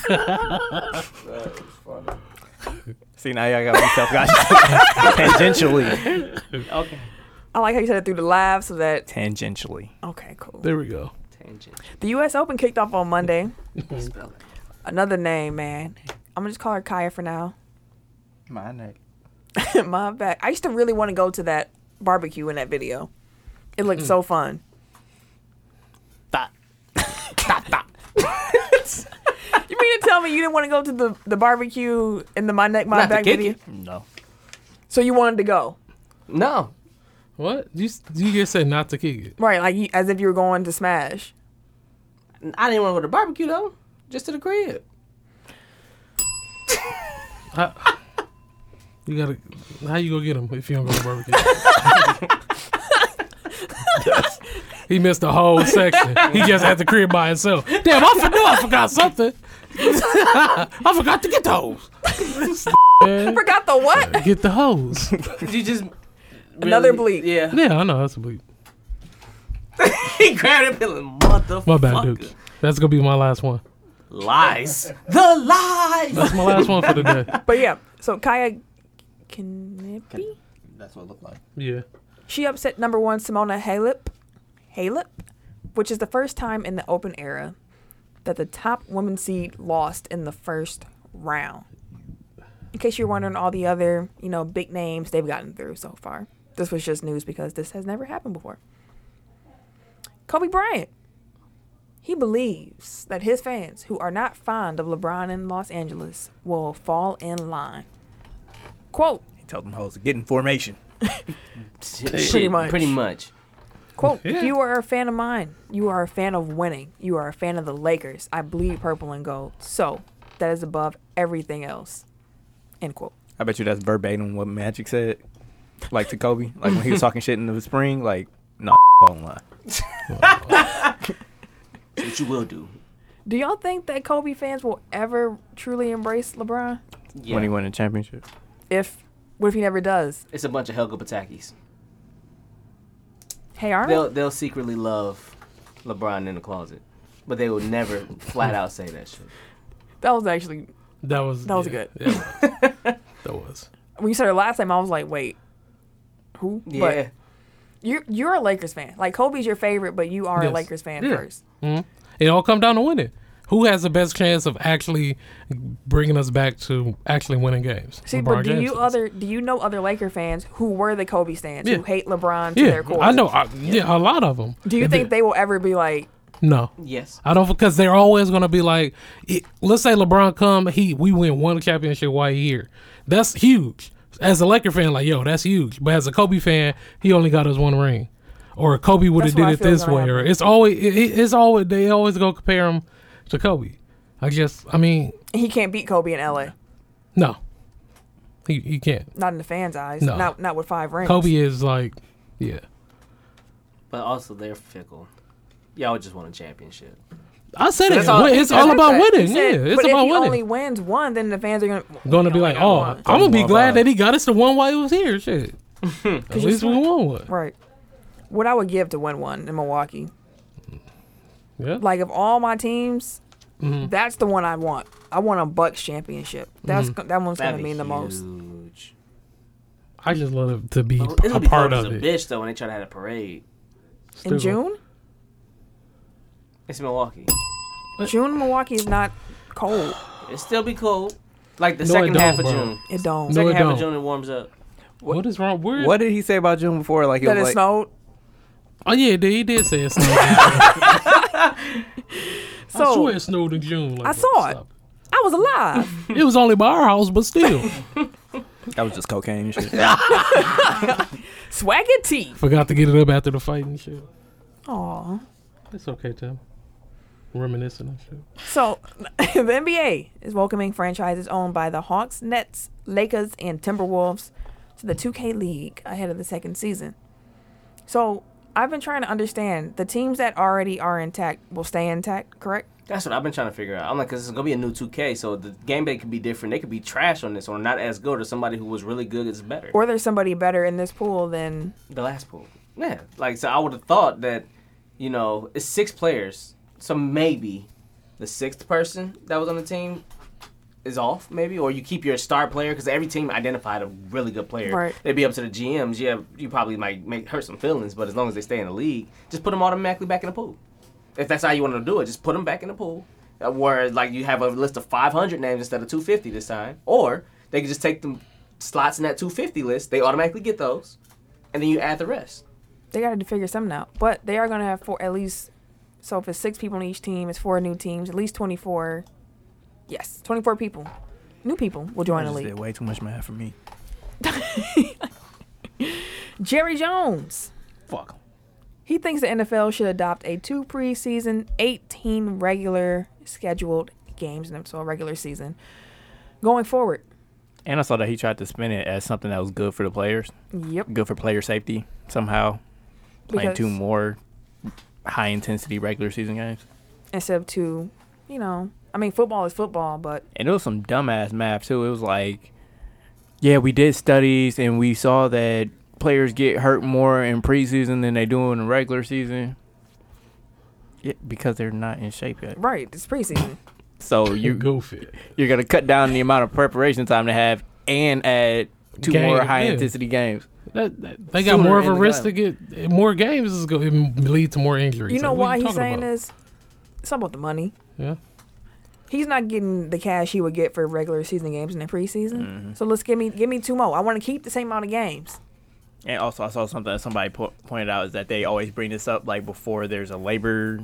E: See, now y'all got myself got tangentially.
B: Okay.
A: I like how you said it through the live so that.
E: Tangentially.
A: Okay, cool.
D: There we go.
B: Tangent.
A: The U.S. Open kicked off on Monday.
B: Spell it.
A: Another name, man. I'm going to just call her Kaya for now.
E: My neck.
A: My back. I used to really want to go to that barbecue in that video. It looked so fun.
C: That
A: You mean to tell me you didn't want to go to the, the barbecue in the My Neck, My
B: Not the
A: Back
B: kick.
A: video?
C: no.
A: So you wanted to go?
B: No.
D: What? You s- you just said not to kick it.
A: Right, like you- as if you were going to smash.
B: I didn't want to go to barbecue though. Just to the crib.
D: You gotta. How you gonna get him if you don't go to barbecue? he missed the whole section. He just at the crib by himself. Damn, I forgot, I forgot something. I forgot to get those.
A: Forgot the what?
D: Get the hose.
B: Did you just?
A: Another
B: really-
A: bleep.
B: Yeah.
D: Yeah, I know that's a bleep.
B: he grabbed it and motherfucker.
D: My bad, Duke. That's gonna be my last one.
B: Lies. The lies.
D: That's my last one for the day.
A: But yeah, so Kaya Kanepi,
B: That's what it looked like.
D: Yeah.
A: she upset number one Simona Halep, Halep, which is the first time in the Open era that the top women seed lost in the first round. In case you're wondering, all the other you know big names they've gotten through so far. This was just news because this has never happened before. Kobe Bryant. He believes that his fans who are not fond of LeBron in Los Angeles will fall in line. Quote,
E: He told them hoes to get in formation.
A: Pretty much.
B: Pretty much.
A: quote, if you are a fan of mine, you are a fan of winning, you are a fan of the Lakers. I bleed purple and gold. So that is above everything else. End quote.
E: I bet you that's verbatim what Magic said, like to Kobe, like when he was talking shit in the spring. Like, no, nah, won't lie.
B: Which you will do.
A: Do y'all think that Kobe fans will ever truly embrace LeBron?
B: Yeah.
E: When he won the championship,
A: If what if he never does?
B: It's a bunch of Helga Patakis.
A: Hey Arnold.
B: They'll they'll secretly love LeBron in the closet, but they will never flat out say that shit.
A: That was actually
D: That was
A: That was
D: yeah,
A: good.
D: yeah. that was.
A: when you said it last time, I was like, wait, who?
B: Yeah.
A: But you're you're a Lakers fan. Like Kobe's your favorite, but you are a
D: Yes.
A: Lakers fan
D: Yeah.
A: first.
D: It all come down to winning. Who has the best chance of actually bringing us back to actually winning games?
A: See,
D: LeBron
A: but do
D: James
A: you
D: does.
A: other do you know other Laker fans who were the Kobe stands
D: Yeah.
A: who hate LeBron to
D: Yeah,
A: their core?
D: I know. I, yeah, a lot of them.
A: Do you think they will ever be like,
D: No,
B: yes.
A: Uh,
D: I don't because they're always going to be like, it, let's say LeBron come, he we win one championship while he here. That's huge. As a Laker fan, like yo, that's huge. But as a Kobe fan, he only got us one ring, or Kobe would have
A: That's what
D: did
A: I
D: it
A: feel is
D: this
A: gonna
D: way, or
A: happen.
D: it's always it, it- it's always they always go compare him to Kobe. I guess I mean
A: he can't beat Kobe in LA?
D: no, he he can't.
A: Not in the fans' eyes.
D: No.
A: Not not with five rings.
D: Kobe is like yeah.
B: But also they're fickle. Y'all just want a championship.
D: I said it.
B: That's all-
D: it's all
B: that's
D: about
B: right.
D: winning.
A: Said,
D: yeah, it's
A: but
D: about
A: if he
D: winning.
A: only wins one, then the fans are gonna
D: Gonna be like, oh, I'm gonna be
E: One
D: glad
E: five.
D: that he got us the one while he was here. Shit. At least we won one.
A: right. What I would give to win one in Milwaukee,
D: Yeah.
A: like of all my teams,
D: Mm-hmm.
A: that's the one I want. I want a Bucks championship. That's
D: Mm-hmm.
A: go- that one's
B: That'd
A: gonna
B: be
A: mean the most.
B: huge.
D: I just love it to be
B: It's gonna
D: a
B: Oh, be
D: part
B: part as
D: of
B: a
D: it.
B: bitch though when they try to have a parade.
A: In
D: Stupid.
A: June,
B: It's Milwaukee.
A: June in Milwaukee is not cold.
B: It still be cold. Like the
D: No, it
B: second half of
D: don't, bro.
B: June.
A: It don't.
D: No,
B: Second
D: it
B: half
D: don't.
B: of June it warms up.
D: what is wrong? Where?
E: what did he say about June before? Like, he
A: that
E: was
A: it
E: like,
A: snowed.
D: Oh yeah, dude, he did say it snowed. I
A: So I,
D: swear it snowed in June. Like,
A: I saw it.
D: stop
A: was alive.
D: it. It was only by our house, but still.
E: that was just cocaine and shit.
A: Swaggy T.
D: Forgot to get it up after the fight and shit.
A: Aw.
D: It's okay, Tim. Reminiscing and shit.
A: So the NBA is welcoming franchises owned by the Hawks, Nets, Lakers, and Timberwolves to the 2K League ahead of the second season. So I've been trying to understand the teams that already are intact will stay intact, correct?
B: That's what I've been trying to figure out. I'm like, 'cause it's gonna be a new 2K, so the game day could be different. They could be trash on this, or not as good, or somebody who was really good is better.
A: Or there's somebody better in this pool than
B: The last pool. Yeah. Like so I would have thought that, you know, it's six players. So maybe the sixth person that was on the team is off, maybe, or you keep your star player because every team identified a really good player.
A: Right.
B: They'd be up to the GMs. Yeah, you probably might make hurt some feelings, but as long as they stay in the league, just put them automatically back in the pool. If that's how you want to do it, just put them back in the pool. Uh, Where like you have a list of 500 names instead of 250 this time, or they could just take the slots in that 250 list. They automatically get those and then you add the rest.
A: they got to figure something out. But they are going to have four at least. So if it's six people on each team, it's four new teams. At least twenty four. Yes, twenty four people, new people will
E: I
A: join the
E: just did
A: league.
E: way too much math for me.
A: Jerry Jones.
E: Fuck. him.
A: He thinks the NFL should adopt a two preseason, eighteen regular scheduled games, and so a regular season going forward.
C: And I saw that he tried to spin it as something that was good for the players,
A: Yep.
C: good for player safety somehow. Playing two
A: Because-
C: more high intensity regular season games.
A: Instead of two, you know, I mean, football is football, but
C: and it was some dumbass math too. It was like, yeah, we did studies and we saw that players get hurt more in preseason than they do in the regular season. Yeah, because they're not in shape yet.
A: right, it's preseason.
C: So
D: You
C: you
D: goofy.
C: you're gonna cut down the amount of preparation time they have and add two
D: Game,
C: more
D: yeah.
C: high intensity games.
D: That, that- they got
C: Sooner
D: more of
C: in
D: a
C: the
D: risk to
C: game.
D: get more games is going to lead to more injuries.
A: You know
D: Like, what
A: why
D: you
A: he's
D: talking
A: saying
D: about?
A: this? It's not about the money.
D: Yeah.
A: He's not getting the cash he would get for regular season games in the preseason.
D: Mm-hmm.
A: So let's give me give me two more. I want to keep the same amount of games.
C: And also, I saw something that somebody po- pointed out is that they always bring this up like before there's a labor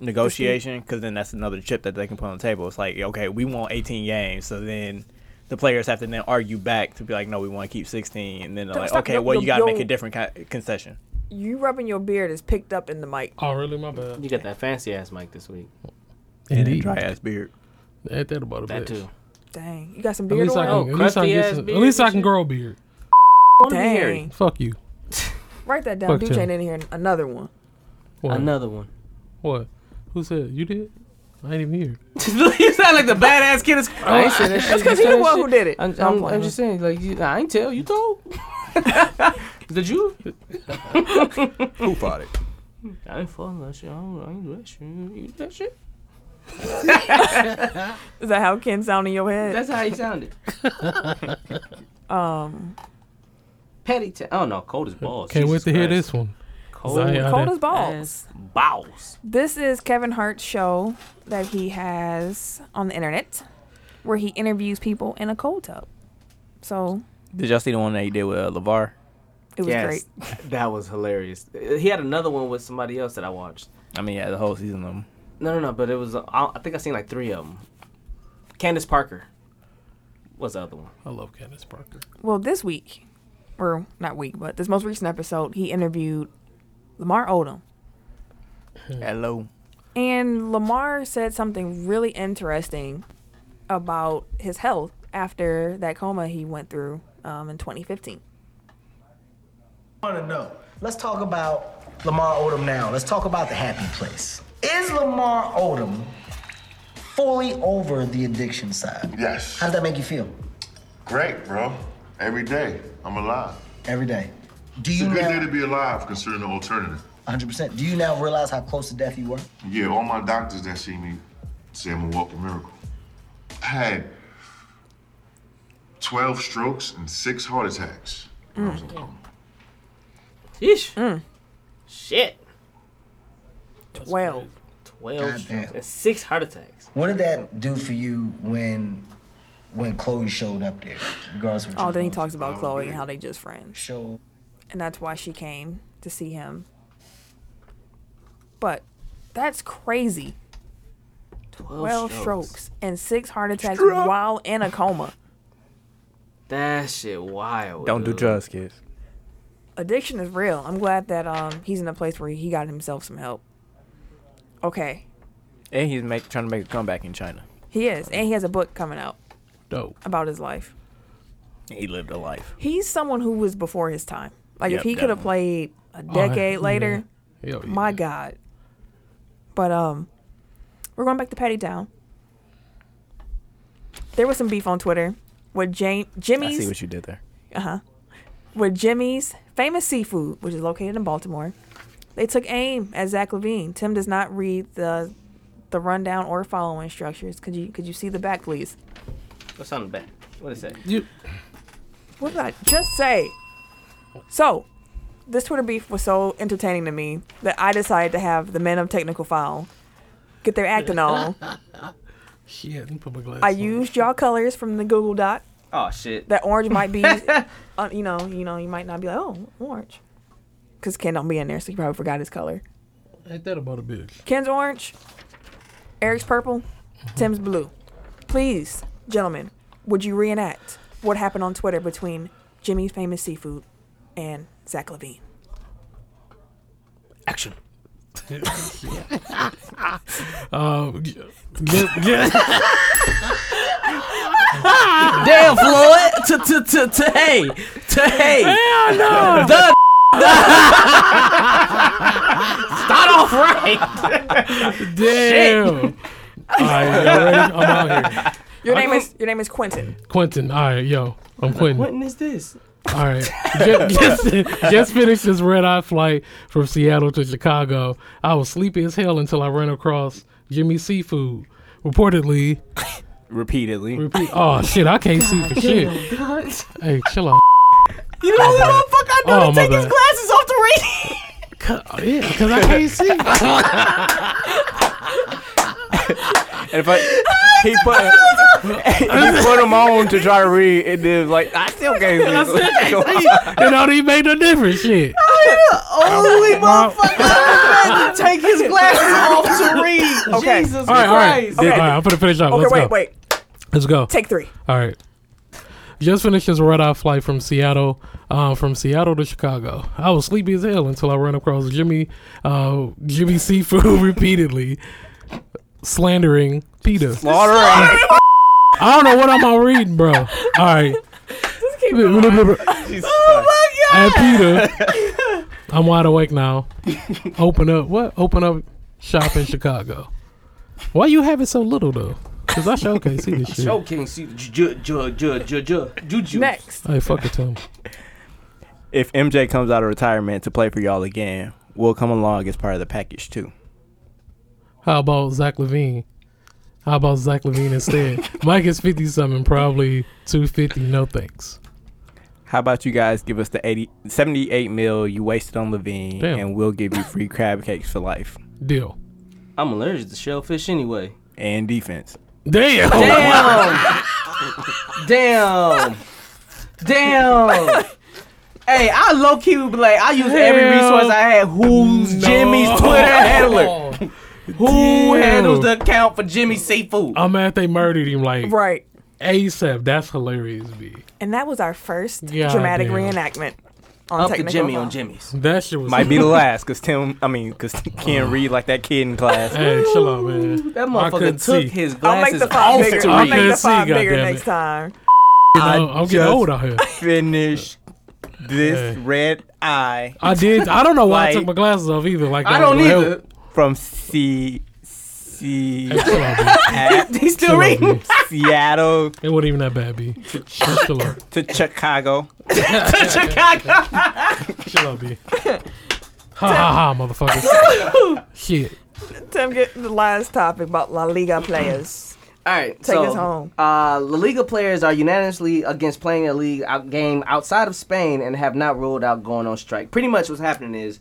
C: negotiation, because then that's another chip that they can put on the table. It's like, okay, we want 18 games, so then the players have to then argue back to be like, no, we want to keep 16, and then they're
A: No,
C: like,
A: it's not-
C: okay,
A: no,
C: well,
A: no,
C: you got to make
A: no.
C: a different ki- concession.
A: You rubbing your beard is picked up in the mic.
D: Oh, really? My bad.
B: You got that fancy ass mic this week.
C: And a
D: Indeed.
C: dry ass beard.
D: Ain't that about a
B: That
D: bitch.
B: too.
A: Dang, you got some
D: At
A: beard
D: least, I
A: oil. Oh,
D: can,
B: Oh,
D: at, least I can get
B: crusty-ass
D: some, at
B: beard
D: least I
B: and
D: can
B: shit.
D: grow a beard.
B: Wanna be hairy.
A: Dang,
D: Fuck you.
A: write that down.
D: Fuck
A: Dude
D: him.
A: ain't in here. Another one.
D: What?
B: Another one.
D: What? Who said you did? I ain't even here.
B: you sound like the badass kid. I ain't said that shit.
A: That's because
B: You
A: he the
B: said
A: one
B: shit.
A: who did it.
B: I'm,
A: No, I'm
B: I'm,
A: playing.
B: I'm just saying, like, you, I ain't tell you told. Did you?
E: Who fought it?
B: I ain't falling that shit. I, don't, I ain't do that shit. You do that shit?
A: Is that how Ken sound in your head?
B: That's how he sounded.
A: um,
B: Petty. T- oh no, cold as balls.
D: Can't
B: Jesus
D: wait to hear
B: Christ.
D: this one.
B: Cold
D: I- I-
A: cold
D: did.
A: as balls.
B: as balls.
A: This is Kevin Hart's show that he has on the internet where he interviews people in a cold tub. So
C: Did y'all see the one that he did with uh, LeVar?
A: it was great.
B: that was hilarious. Uh, He had another one with somebody else that I watched.
C: I mean, yeah, the whole season of them.
B: No, no, no. But it was. uh, I I think I seen like three of them. Candace Parker. What's the other one?
D: I love Candace Parker.
A: Well, this week, or not week, but this most recent episode, he interviewed Lamar Odom.
D: Hmm.
C: Hello.
A: And Lamar said something really interesting about his health after that coma he went through um, in 2015.
I: want to know. Let's talk about Lamar Odom now. Let's talk about the happy place. Is Lamar Odom fully over the addiction side?
J: Yes.
I: How does that make you feel
J: Great, bro. Every day, I'm alive.
I: every day? Do
J: It's a
I: you
J: good day
I: now,
J: to be alive considering the alternative.
I: 100%, do you now realize how close to death you were?
J: Yeah, all my doctors that see me say I'm a walking miracle. I had 12 strokes and six heart attacks. when I was in coma.
B: Yeesh. Shit.
A: 12.
B: Twelve strokes
I: Goddamn.
B: and six heart attacks.
I: What did that do for you when when Chloe showed up there? Regardless of what
A: Oh,
I: you
A: then he
I: were
A: talks about Chloe and how they just friends.
I: showed.
A: and that's why she came to see him. But that's crazy.
B: Twelve,
A: 12 strokes and six heart attacks while in a coma.
B: That shit wild.
E: Don't do
B: dude.
E: drugs, kids.
A: Addiction is real. I'm glad that um he's in a place where he got himself some help. Okay,
E: And he's make, trying to make a comeback in China.
A: he is, and he has a book coming out
D: Dope.
A: about his life.
C: He lived a life.
A: He's someone who was before his time. Like if
C: Yep,
A: he could have
C: definitely.
A: played a decade later,
D: Hell yeah.
A: My God. But um, we're going back to Patty Town. There was some beef on Twitter with Jane,
E: I see
A: Jimmy's
E: what you did there.
A: with Jimmy's famous seafood, which is located in Baltimore. They took aim at Zach Levine. Tim does not read the the rundown or follow instructions. Could you could you see the back, please?
B: What's on the back? What is that?
D: You,
A: What did I just say? So, this Twitter beef was so entertaining to me that I decided to have the men of technical foul get their acting on
D: shit. Let me put my glasses
A: I
D: on.
A: used y'all colors from the Google Doc.
B: Oh shit.
A: That orange might be, uh, you know, you know, you might not be like, oh, orange, because Ken don't be in there, so he probably forgot his color.
D: Ain't that about a bitch?
A: Ken's orange, Eric's purple,
D: Mm-hmm.
A: Tim's blue. Please, gentlemen, would you reenact what happened on Twitter between Jimmy's famous seafood and Zach Levine?
B: Action.
D: Um, g- g- g-
B: Damn, Floyd. To to to to hey to hey. Hell no. The. Start off right.
D: damn. All right, y'all ready? I'm out here.
A: Your name is your name is Quentin.
D: Quentin. All right, yo. I'm Quentin.
B: What is this?
D: All right. Just, just, just finished this red eye flight from Seattle to Chicago. I was sleepy as hell until I ran across Jimmy Seafood. Reportedly,
E: Repeatedly.
D: repeat. Oh shit! I can't see for shit. Hey, chill out.
B: You know the motherfucker I know
D: Oh,
B: to
D: my
B: take his
D: bad.
B: glasses off the radio.
D: Yeah, because I can't see.
E: if I he put he put him on to try to read, and then like I still can't read.
D: You know, they made no difference. Shit.
A: Oh,
B: Holy motherfucker! had to take his glasses off to read.
A: Okay.
B: Jesus
D: All right, all right.
B: Christ.
D: All right, I'm gonna finish up.
A: Okay,
D: Let's
A: wait,
D: go.
A: wait.
D: Let's go.
A: Take three.
D: All right. Just finished his red eye flight from Seattle, uh, from Seattle to Chicago. I was sleepy as hell until I ran across Jimmy, uh, Jimmy Seafood repeatedly slandering PETA.
E: Slaughter and
D: I don't know what I'm all reading, bro. All right.
E: Oh
D: At PETA, I'm wide awake now. Open up what? Open up shop in Chicago. Why you have it so little though? Cause I sure can't see this shit.
B: Joe King, see, ju- ju- ju- ju- ju- juju.
A: Next.
D: Hey, fuck it, Tim.
E: if MJ comes out of retirement to play for y'all again, we'll come along as part of the package too.
D: How about Zach Levine? How about Zach Levine instead? Mike is 50 something, probably 250. No thanks.
E: How about you guys give us the 80, 78 mil you wasted on Levine,
D: Damn.
E: and we'll give you free crab cakes for life
D: Deal.
B: I'm allergic to shellfish anyway.
E: and defense.
D: Damn.
B: Damn. Damn. Damn. Hey, I low key would be like, I use every
D: Hell
B: resource I had. Who's Jimmy's Twitter handler? Who
D: Damn.
B: handles the account for Jimmy Seafood?
D: I'm mad they murdered him like
A: Right.
D: ASAP. That's hilarious, B.
A: And that was our first
D: God
A: dramatic
D: damn.
A: reenactment on
B: Up to
A: Technical
B: Jimmy on
A: Law.
B: Jimmy's.
D: That shit was
E: Might be the last, cause Tim. I mean, cause Ken read like that kid in class.
D: Hey, chill out, man.
B: That
D: I couldn't
B: motherfucker took
D: see.
B: his
A: I'll make
B: glasses
A: the
B: off
A: five bigger.
B: to
A: I'll
B: read.
A: make the
D: Couldn't see,
A: five bigger
D: goddamn it.
A: next time.
D: You know, I'm getting
E: just-
D: old out here.
E: Finish this
D: Hey.
E: red eye
D: I did. I don't know why I
E: Like-
D: took my glasses off either. Like
B: I
D: that
B: don't
D: would help.
B: either.
E: from C C
D: Hey, chill out, B.
B: He's still
D: Chill out,
B: reading.
D: B.
E: Seattle
D: It wasn't even that bad, B. Just chill out.
E: to Chicago.
B: Chicago.
D: Chill out, B. Ha ha ha, motherfucker. Shit.
A: Tim, get the last topic about La Liga players.
B: All right,
A: Take
B: so,
A: us home.
B: Uh, La Liga players are unanimously against playing a league out game outside of Spain and have not ruled out going on strike. Pretty much what's happening is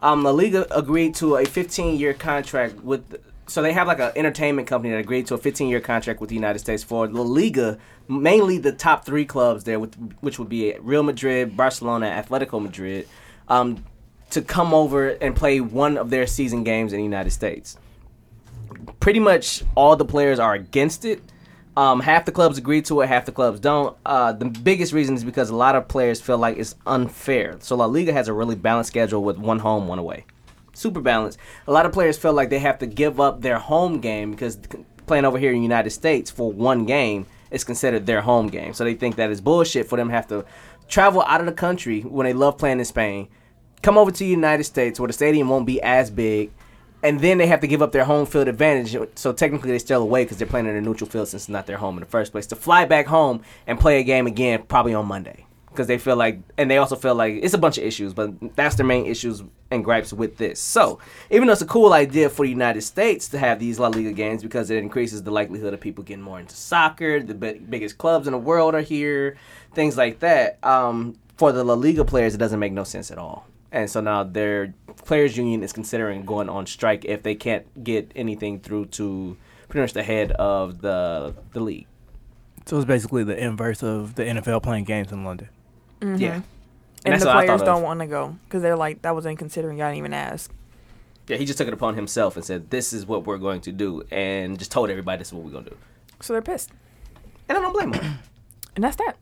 B: um, La Liga agreed to a 15-year contract with. So they have like an entertainment company that agreed to a 15-year contract with the United States for La Liga, mainly the top three clubs there, with, which would be Real Madrid, Barcelona, Atletico Madrid, um, to come over and play one of their season games in the United States pretty much all the players are against it. Um, half the clubs agree to it, half the clubs don't. Uh, the biggest reason is because a lot of players feel like it's unfair. So La Liga has a really balanced schedule with one home, one away. Super balanced. A lot of players feel like they have to give up their home game because c- playing over here in the United States for one game is considered their home game. So they think that it's bullshit for them to have to travel out of the country when they love playing in Spain, come over to the United States where the stadium won't be as big, and then they have to give up their home field advantage. So technically, they're still away because they're playing in a neutral field since it's not their home in the first place. To fly back home and play a game again, probably on Monday, because they feel like, and they also feel like it's a bunch of issues, but that's their main issues and gripes with this. So even though it's a cool idea for the United States to have these La Liga games because it increases the likelihood of people getting more into soccer, the bi- biggest clubs in the world are here, things like that. Um, for the La Liga players, it doesn't make no sense at all. And so now their players union is considering going on strike if they can't get anything through to pretty much the head of the the league.
C: So it's basically the inverse of the NFL playing games in London.
B: Yeah.
A: Mm-hmm. And
B: that's
A: the
B: what I
A: players
B: thought of.
A: don't want to go because they're like, that was inconsiderate. Y'all didn't even ask.
B: Yeah, he just took it upon himself and said, "This is what we're going to do," and just told everybody, "This is what we're going to do."
A: So they're pissed.
B: And I don't blame him.
A: And that's that.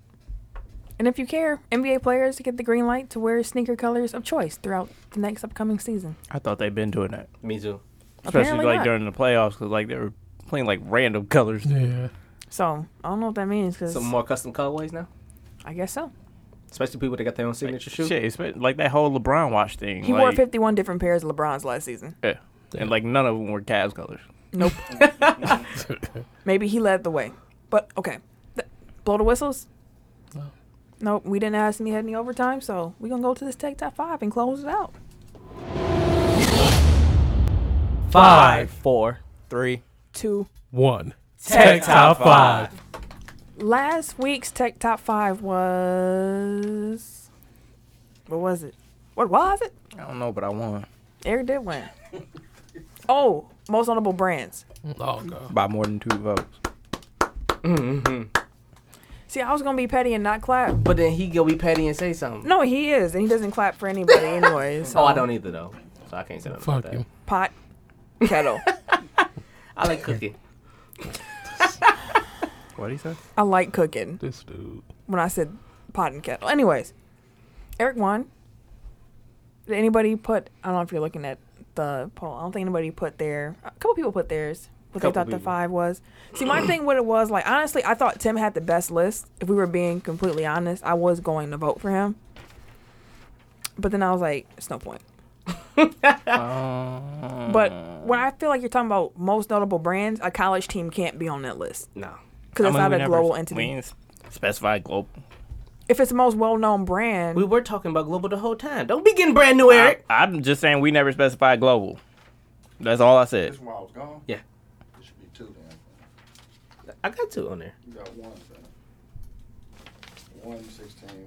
A: And if you care, NBA players get the green light to wear sneaker colors of choice throughout the next upcoming season.
C: I thought they'd been doing that,
B: Me too.
C: especially
A: Apparently
C: like
A: not.
C: during the playoffs, because like they were playing like random colors.
D: Yeah.
A: So I don't know what that means because
B: Some more custom colorways now,
A: I guess so.
B: especially people that got their own signature shoe.
C: Shit, it's been- like that whole LeBron watch thing.
A: He
C: like,
A: wore 51 different pairs of LeBron's last season.
C: yeah, and like none of them were Cavs colors.
A: Nope. Maybe he led the way. But okay. Th- blow the whistles. No. Nope. We didn't ask him he had any overtime, so we're going to go to this tech top five and close it out.
B: Five, four.
E: Three.
A: Two.
D: One. Tech top five.
A: Last week's tech top five was. What was it? What was it?
E: I don't know, but I won.
A: Eric did win. Oh, most notable brands.
D: Oh god.
E: by more than two votes.
A: See, I was gonna be petty and not clap.
B: But then he go be petty and say something.
A: No, he is, and he doesn't clap for anybody anyway. So
B: Oh, I don't either though, so I can't say nothing
D: Fuck
B: about
D: you.
B: that.
A: pot, kettle.
B: I like cooking.
E: What do you say?
A: I like cooking.
D: This dude.
A: when I said pot and kettle. Anyways, Eric won. Did anybody put? I don't know if you're looking at the poll. I don't think anybody put their. A couple people put theirs. What they
B: Couple
A: thought the
B: people.
A: five was. See, my thing, what it was like. Honestly, I thought Tim had the best list. If we were being completely honest, I was going to vote for him. But then I was like, it's no point. but
C: Uh.
A: when I feel like you're talking about most notable brands, a college team can't be on that list
B: No.
A: because it's
C: I mean,
A: not
C: we
A: a
C: never-
A: global
C: We
A: entity.
C: ain't s- specify global.
A: If it's the most well-known brand,
B: We were talking about global the whole time. Don't be getting brand new, Eric.
C: I, am just saying we never specify global. That's all I said.
J: That's why I was gone.
B: Yeah.
J: There should be two then.
B: I got two on there.
J: You got one then. One sixteen.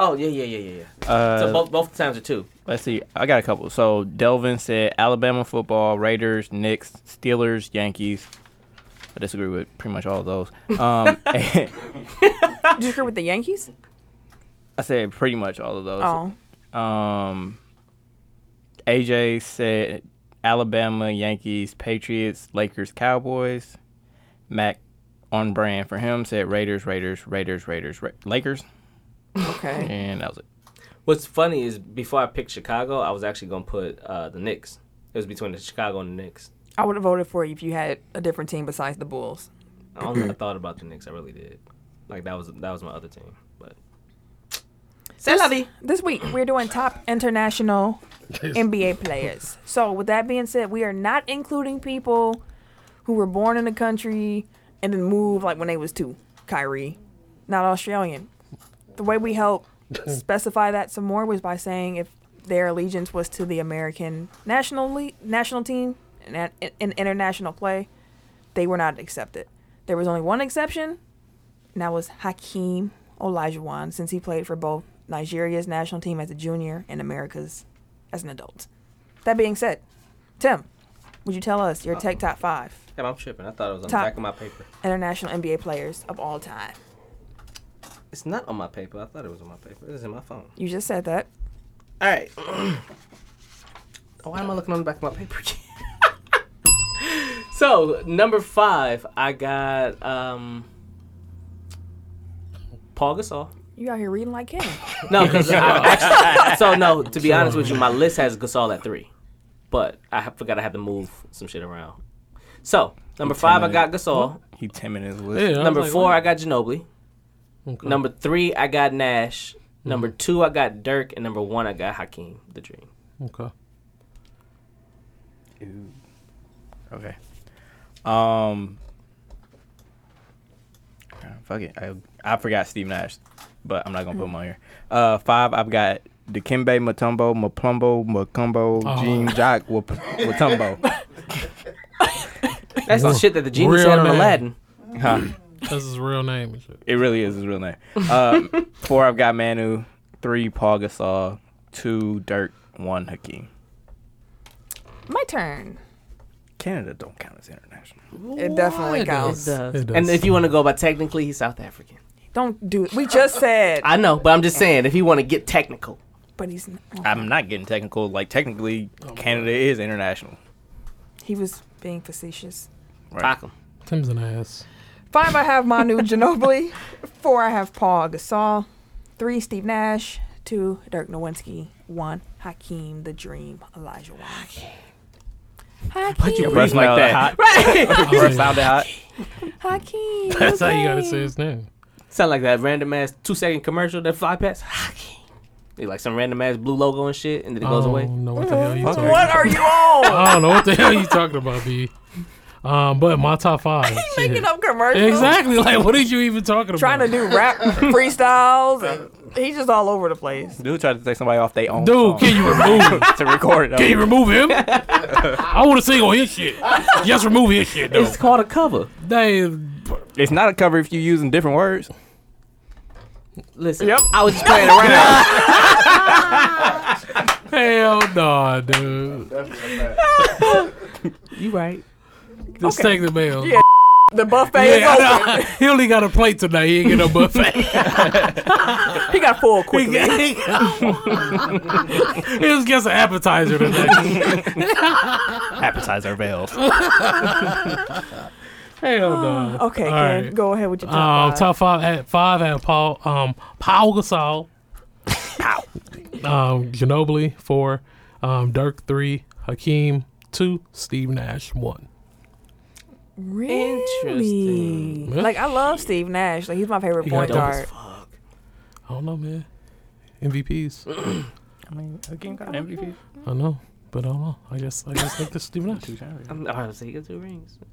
B: Oh yeah, yeah, yeah, yeah, yeah.
C: Uh,
B: so both both times are two.
C: Let's see. I got a couple. So Delvin said Alabama football, Raiders, Knicks, Steelers, Yankees. I disagree with pretty much all of those. Um,
A: Do you agree with the Yankees?
C: I said pretty much all of those.
A: Oh,
C: Um, AJ said Alabama, Yankees, Patriots, Lakers, Cowboys. Mac on brand for him said Raiders, Raiders, Raiders, Raiders, Ra- Lakers,
A: okay.
C: and that was it.
B: What's funny is before I picked Chicago, I was actually gonna put uh, the Knicks. It was between the Chicago and the Knicks.
A: I would have voted for you if you had a different team besides the Bulls.
B: I don't think I thought about the Knicks. I really did. Like that was that was my other team, but. C'est la vie.
A: This week we're doing top international NBA players. So with that being said, we are not including people who were born in the country and then moved like when they was two. Kyrie, not Australian. The way we help specify that some more was by saying if their allegiance was to the American national le- national team and in international play, they were not accepted. There was only one exception, and that was Hakeem Olajuwon, since he played for both Nigeria's national team as a junior and America's as an adult. That being said, Tim, would you tell us your tech top five
B: Damn, I'm tripping. I thought it was on
A: Top.
B: the back of my paper.
A: international NBA players of all time?
B: It's not on my paper. I thought it was on my paper. It was in my phone.
A: You just said that.
B: All right. Why am I looking on the back of my paper? so number five, I got um, Paul Gasol.
A: You out here reading like him.
B: No, 'cause I actually- so no. To be honest with you, my list has Gasol at three, but I ha- forgot I had to move some shit around. So number five, I got Gasol.
E: He ten minutes
D: Yeah, I
E: list.
D: was
B: Number
D: like,
B: four,
D: what?
B: I got Ginobili.
D: Okay. Hmm.
B: Number three, I got Nash. Number two, I got Dirk, and number one, I got Hakeem the Dream.
D: Okay.
E: Okay. Um. Fuck it. I I forgot Steve Nash, but I'm not gonna put him on here. Uh, five. I've got Dikembe Mutombo, Mapumbo, Macumbo,
D: Oh.
E: Gene Jock, Wap- Watumbo.
B: That's the shit that the genie
D: Real
B: said on
D: man.
B: Aladdin.
E: Huh.
D: That's his real name and shit.
E: It really is his real name. Um, four. I've got Manu. Three. Paul Gasol. Two. Dirk. One. Hakeem.
A: My turn.
E: Canada don't count as international.
A: It definitely
D: Why
A: counts.
D: It does.
B: uh, And if you want to go by technically, he's South African.
A: Don't do it. We just said,
B: I know, but I'm just saying, if you want to get technical,
A: but he's n-
E: I'm not getting technical. Like technically, Canada is international.
A: he was being facetious.
B: rock him.
D: Tim's an ass.
A: Five, I have Manu Ginobili. Four, I have Paul Gasol. Three, Steve Nash. Two, Dirk Nowitzki. One, Hakeem the Dream, Elijah Wan. Hakeem,
E: Breast
C: like
E: like
C: that.
E: that.
D: That's
E: Sound that hot.
A: Hakeem.
D: how you gotta
A: okay.
D: say his name.
B: Sound like that random ass two second commercial that fly past. They like some random ass blue logo and shit, and then it goes
D: I
B: away.
D: don't know what the hell you talking
A: What
D: about.
A: are you on?
D: I don't know what the hell you talking about, B. Um, but my top five. shit.
A: Making up commercials.
D: Exactly. Like, what are you even talking about?
A: Trying to do rap freestyles. And he's just all over the place.
E: Dude tried to take somebody off their own.
D: Dude, can you remove him?
E: to record it.
D: Can you remove him? I want to sing on his shit. Yes, remove his shit, though.
B: It's called a cover.
D: They,
E: It's not a cover if you using different words.
B: Listen, I was just playing around.
D: hell no, dude.
B: You right.
D: Just take the mail.
A: Yeah, The buffet
D: Yeah,
A: is
D: I
A: open.
D: know. he only got a plate tonight. He ain't get no buffet.
A: He got full quickly.
D: it was just an appetizer tonight.
C: Appetizer avails.
D: Hell no.
A: okay,
D: All
A: Ken,
D: right.
A: go ahead with your
D: Um,
A: top five.
D: top five at five at Paul um Paul Gasol. um Ginobili four, um Dirk three, Hakeem two, Steve Nash one.
A: Really?
B: Interesting.
D: Yeah.
A: Like I love Steve Nash. Like he's my favorite
D: He got
A: point
D: dope
A: guard.
D: I don't know, man. MVPs.
C: I mean, again, got MVP.
D: I know, but I don't know. I guess I guess like the Steve Nash.
B: I'm, I was like, he got two rings.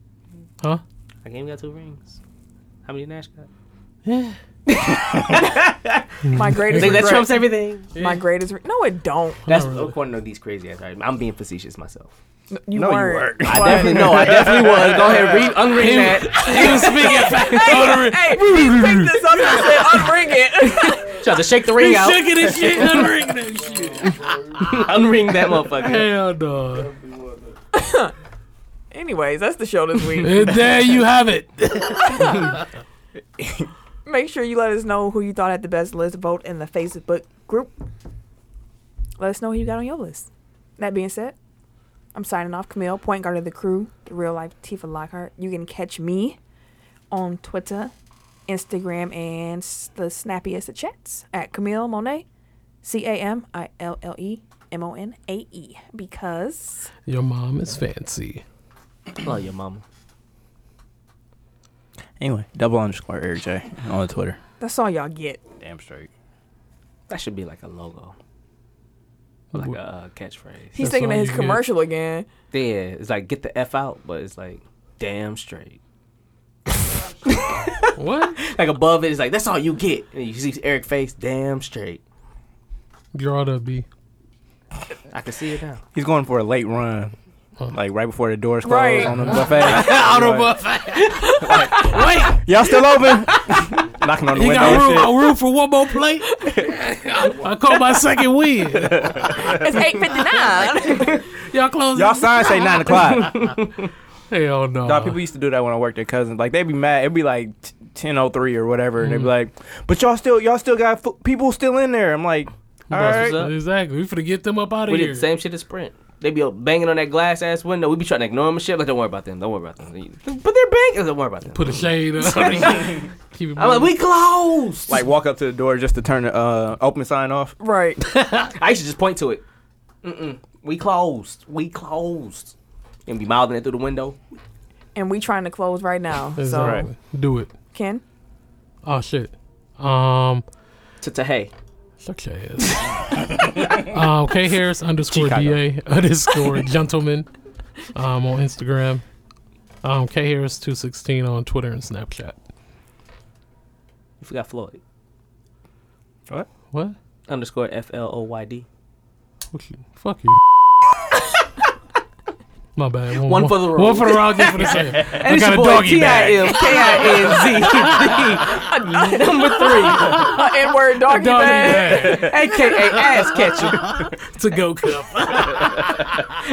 D: Huh?
B: I game got two rings. How many Nash got?
A: My
B: I
A: greatest
B: think that
A: regret.
B: trumps everything.
A: my greatest. Re- no, it don't.
B: That's
D: really.
B: according to these crazy ass. arguments. I'm being facetious myself.
A: You
E: No, you
A: weren't.
B: I definitely no. I definitely was. Go ahead, read, unring that.
D: He was speaking fact.
A: Hey, hey, he picked this up and said, "Unring it."
B: Try to shake the ring out.
D: Shaking his shit, unring that shit.
B: unring that motherfucker.
D: Hell no.
A: Anyways, that's the show this week.
D: And there you have it.
A: Make sure you let us know who you thought had the best list vote in the Facebook group. Let us know who you got on your list. That being said, I'm signing off. Camille, point guard of the crew, the real life Tifa Lockhart. You can catch me on Twitter, Instagram, and s- the snappiest of chats at Camille Monet, C A M I L L E M O N A E. Because
D: Your mom is fancy.
B: Love Oh, your mama.
E: Anyway, double underscore Eric J on Twitter.
A: that's all y'all get.
E: Damn straight.
B: That should be like a logo,
E: Oh
B: like a uh, catchphrase.
A: He's
D: That's
A: thinking of
D: all
A: his
D: you get.
A: commercial again.
B: Yeah, it's like get the f out, but it's like damn straight.
D: What?
B: Like above it, it's like that's all you get. And you see Eric face, damn straight.
D: Draw the B.
B: I can see it now.
E: He's going for a late run. Like right before the doors close
A: Right.
E: on the buffet. on the buffet. wait, y'all still open? Knocking on the
D: He
E: window.
D: got room,
E: and shit.
D: got room for one more plate. I caught my second win.
A: It's eight fifty nine.
D: Y'all close.
E: Y'all signs say nine o'clock.
D: Uh-huh. Hell no.
E: Dog, people used to do that when I worked at Cousins. Like they'd be mad. It'd be like ten oh three or whatever, and they'd
D: Mm.
E: be like, "But y'all still, y'all still got fo- people still in there." I'm like, "All
D: That's
E: right,
D: what's up. Exactly. We finna get them up out of
B: We
D: here.
B: did the same shit as Sprint. They be banging on that glass ass window. We be trying to ignore them and shit. Like, don't worry about them. Don't worry about them. But they're banging. Don't worry about them.
D: Put a shade up. Keep it
B: Mm. I'm like,
D: moving.
B: we close.
E: like walk up to the door just to turn the uh, open sign off."
A: right.
B: I used to just point to it. Mm-mm. We closed. We closed. And be mouthing it through the window.
A: And we trying to close right now. So
D: Exactly. Do it.
A: Ken,
D: Oh shit. Um.
B: To to hey.
D: Shut your ass. um, K Harris underscore da underscore gentleman um, on Instagram. Um, K Harris two sixteen on Twitter and Snapchat.
B: You forgot Floyd.
D: What?
B: Underscore F L O Y D.
D: What you? Fuck you. My bad. One,
B: for the road.
D: One for the road. Just for the same. I got a doggy bag.
B: T-I-M-K-I-N-Z. Number three.
A: N word doggy
D: Doggy
A: bag.
D: bag.
B: A.K.A. Ass Catcher.
D: to go cup.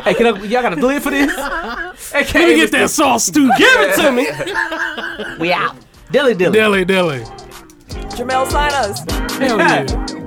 B: Hey, can I, y'all got a delete for this?
D: Let
B: A.K.A.
D: me get that sauce too. Give it to me.
B: We out. Dilly dilly.
D: Dilly dilly.
A: Jamel, sign us.
D: Hell yeah.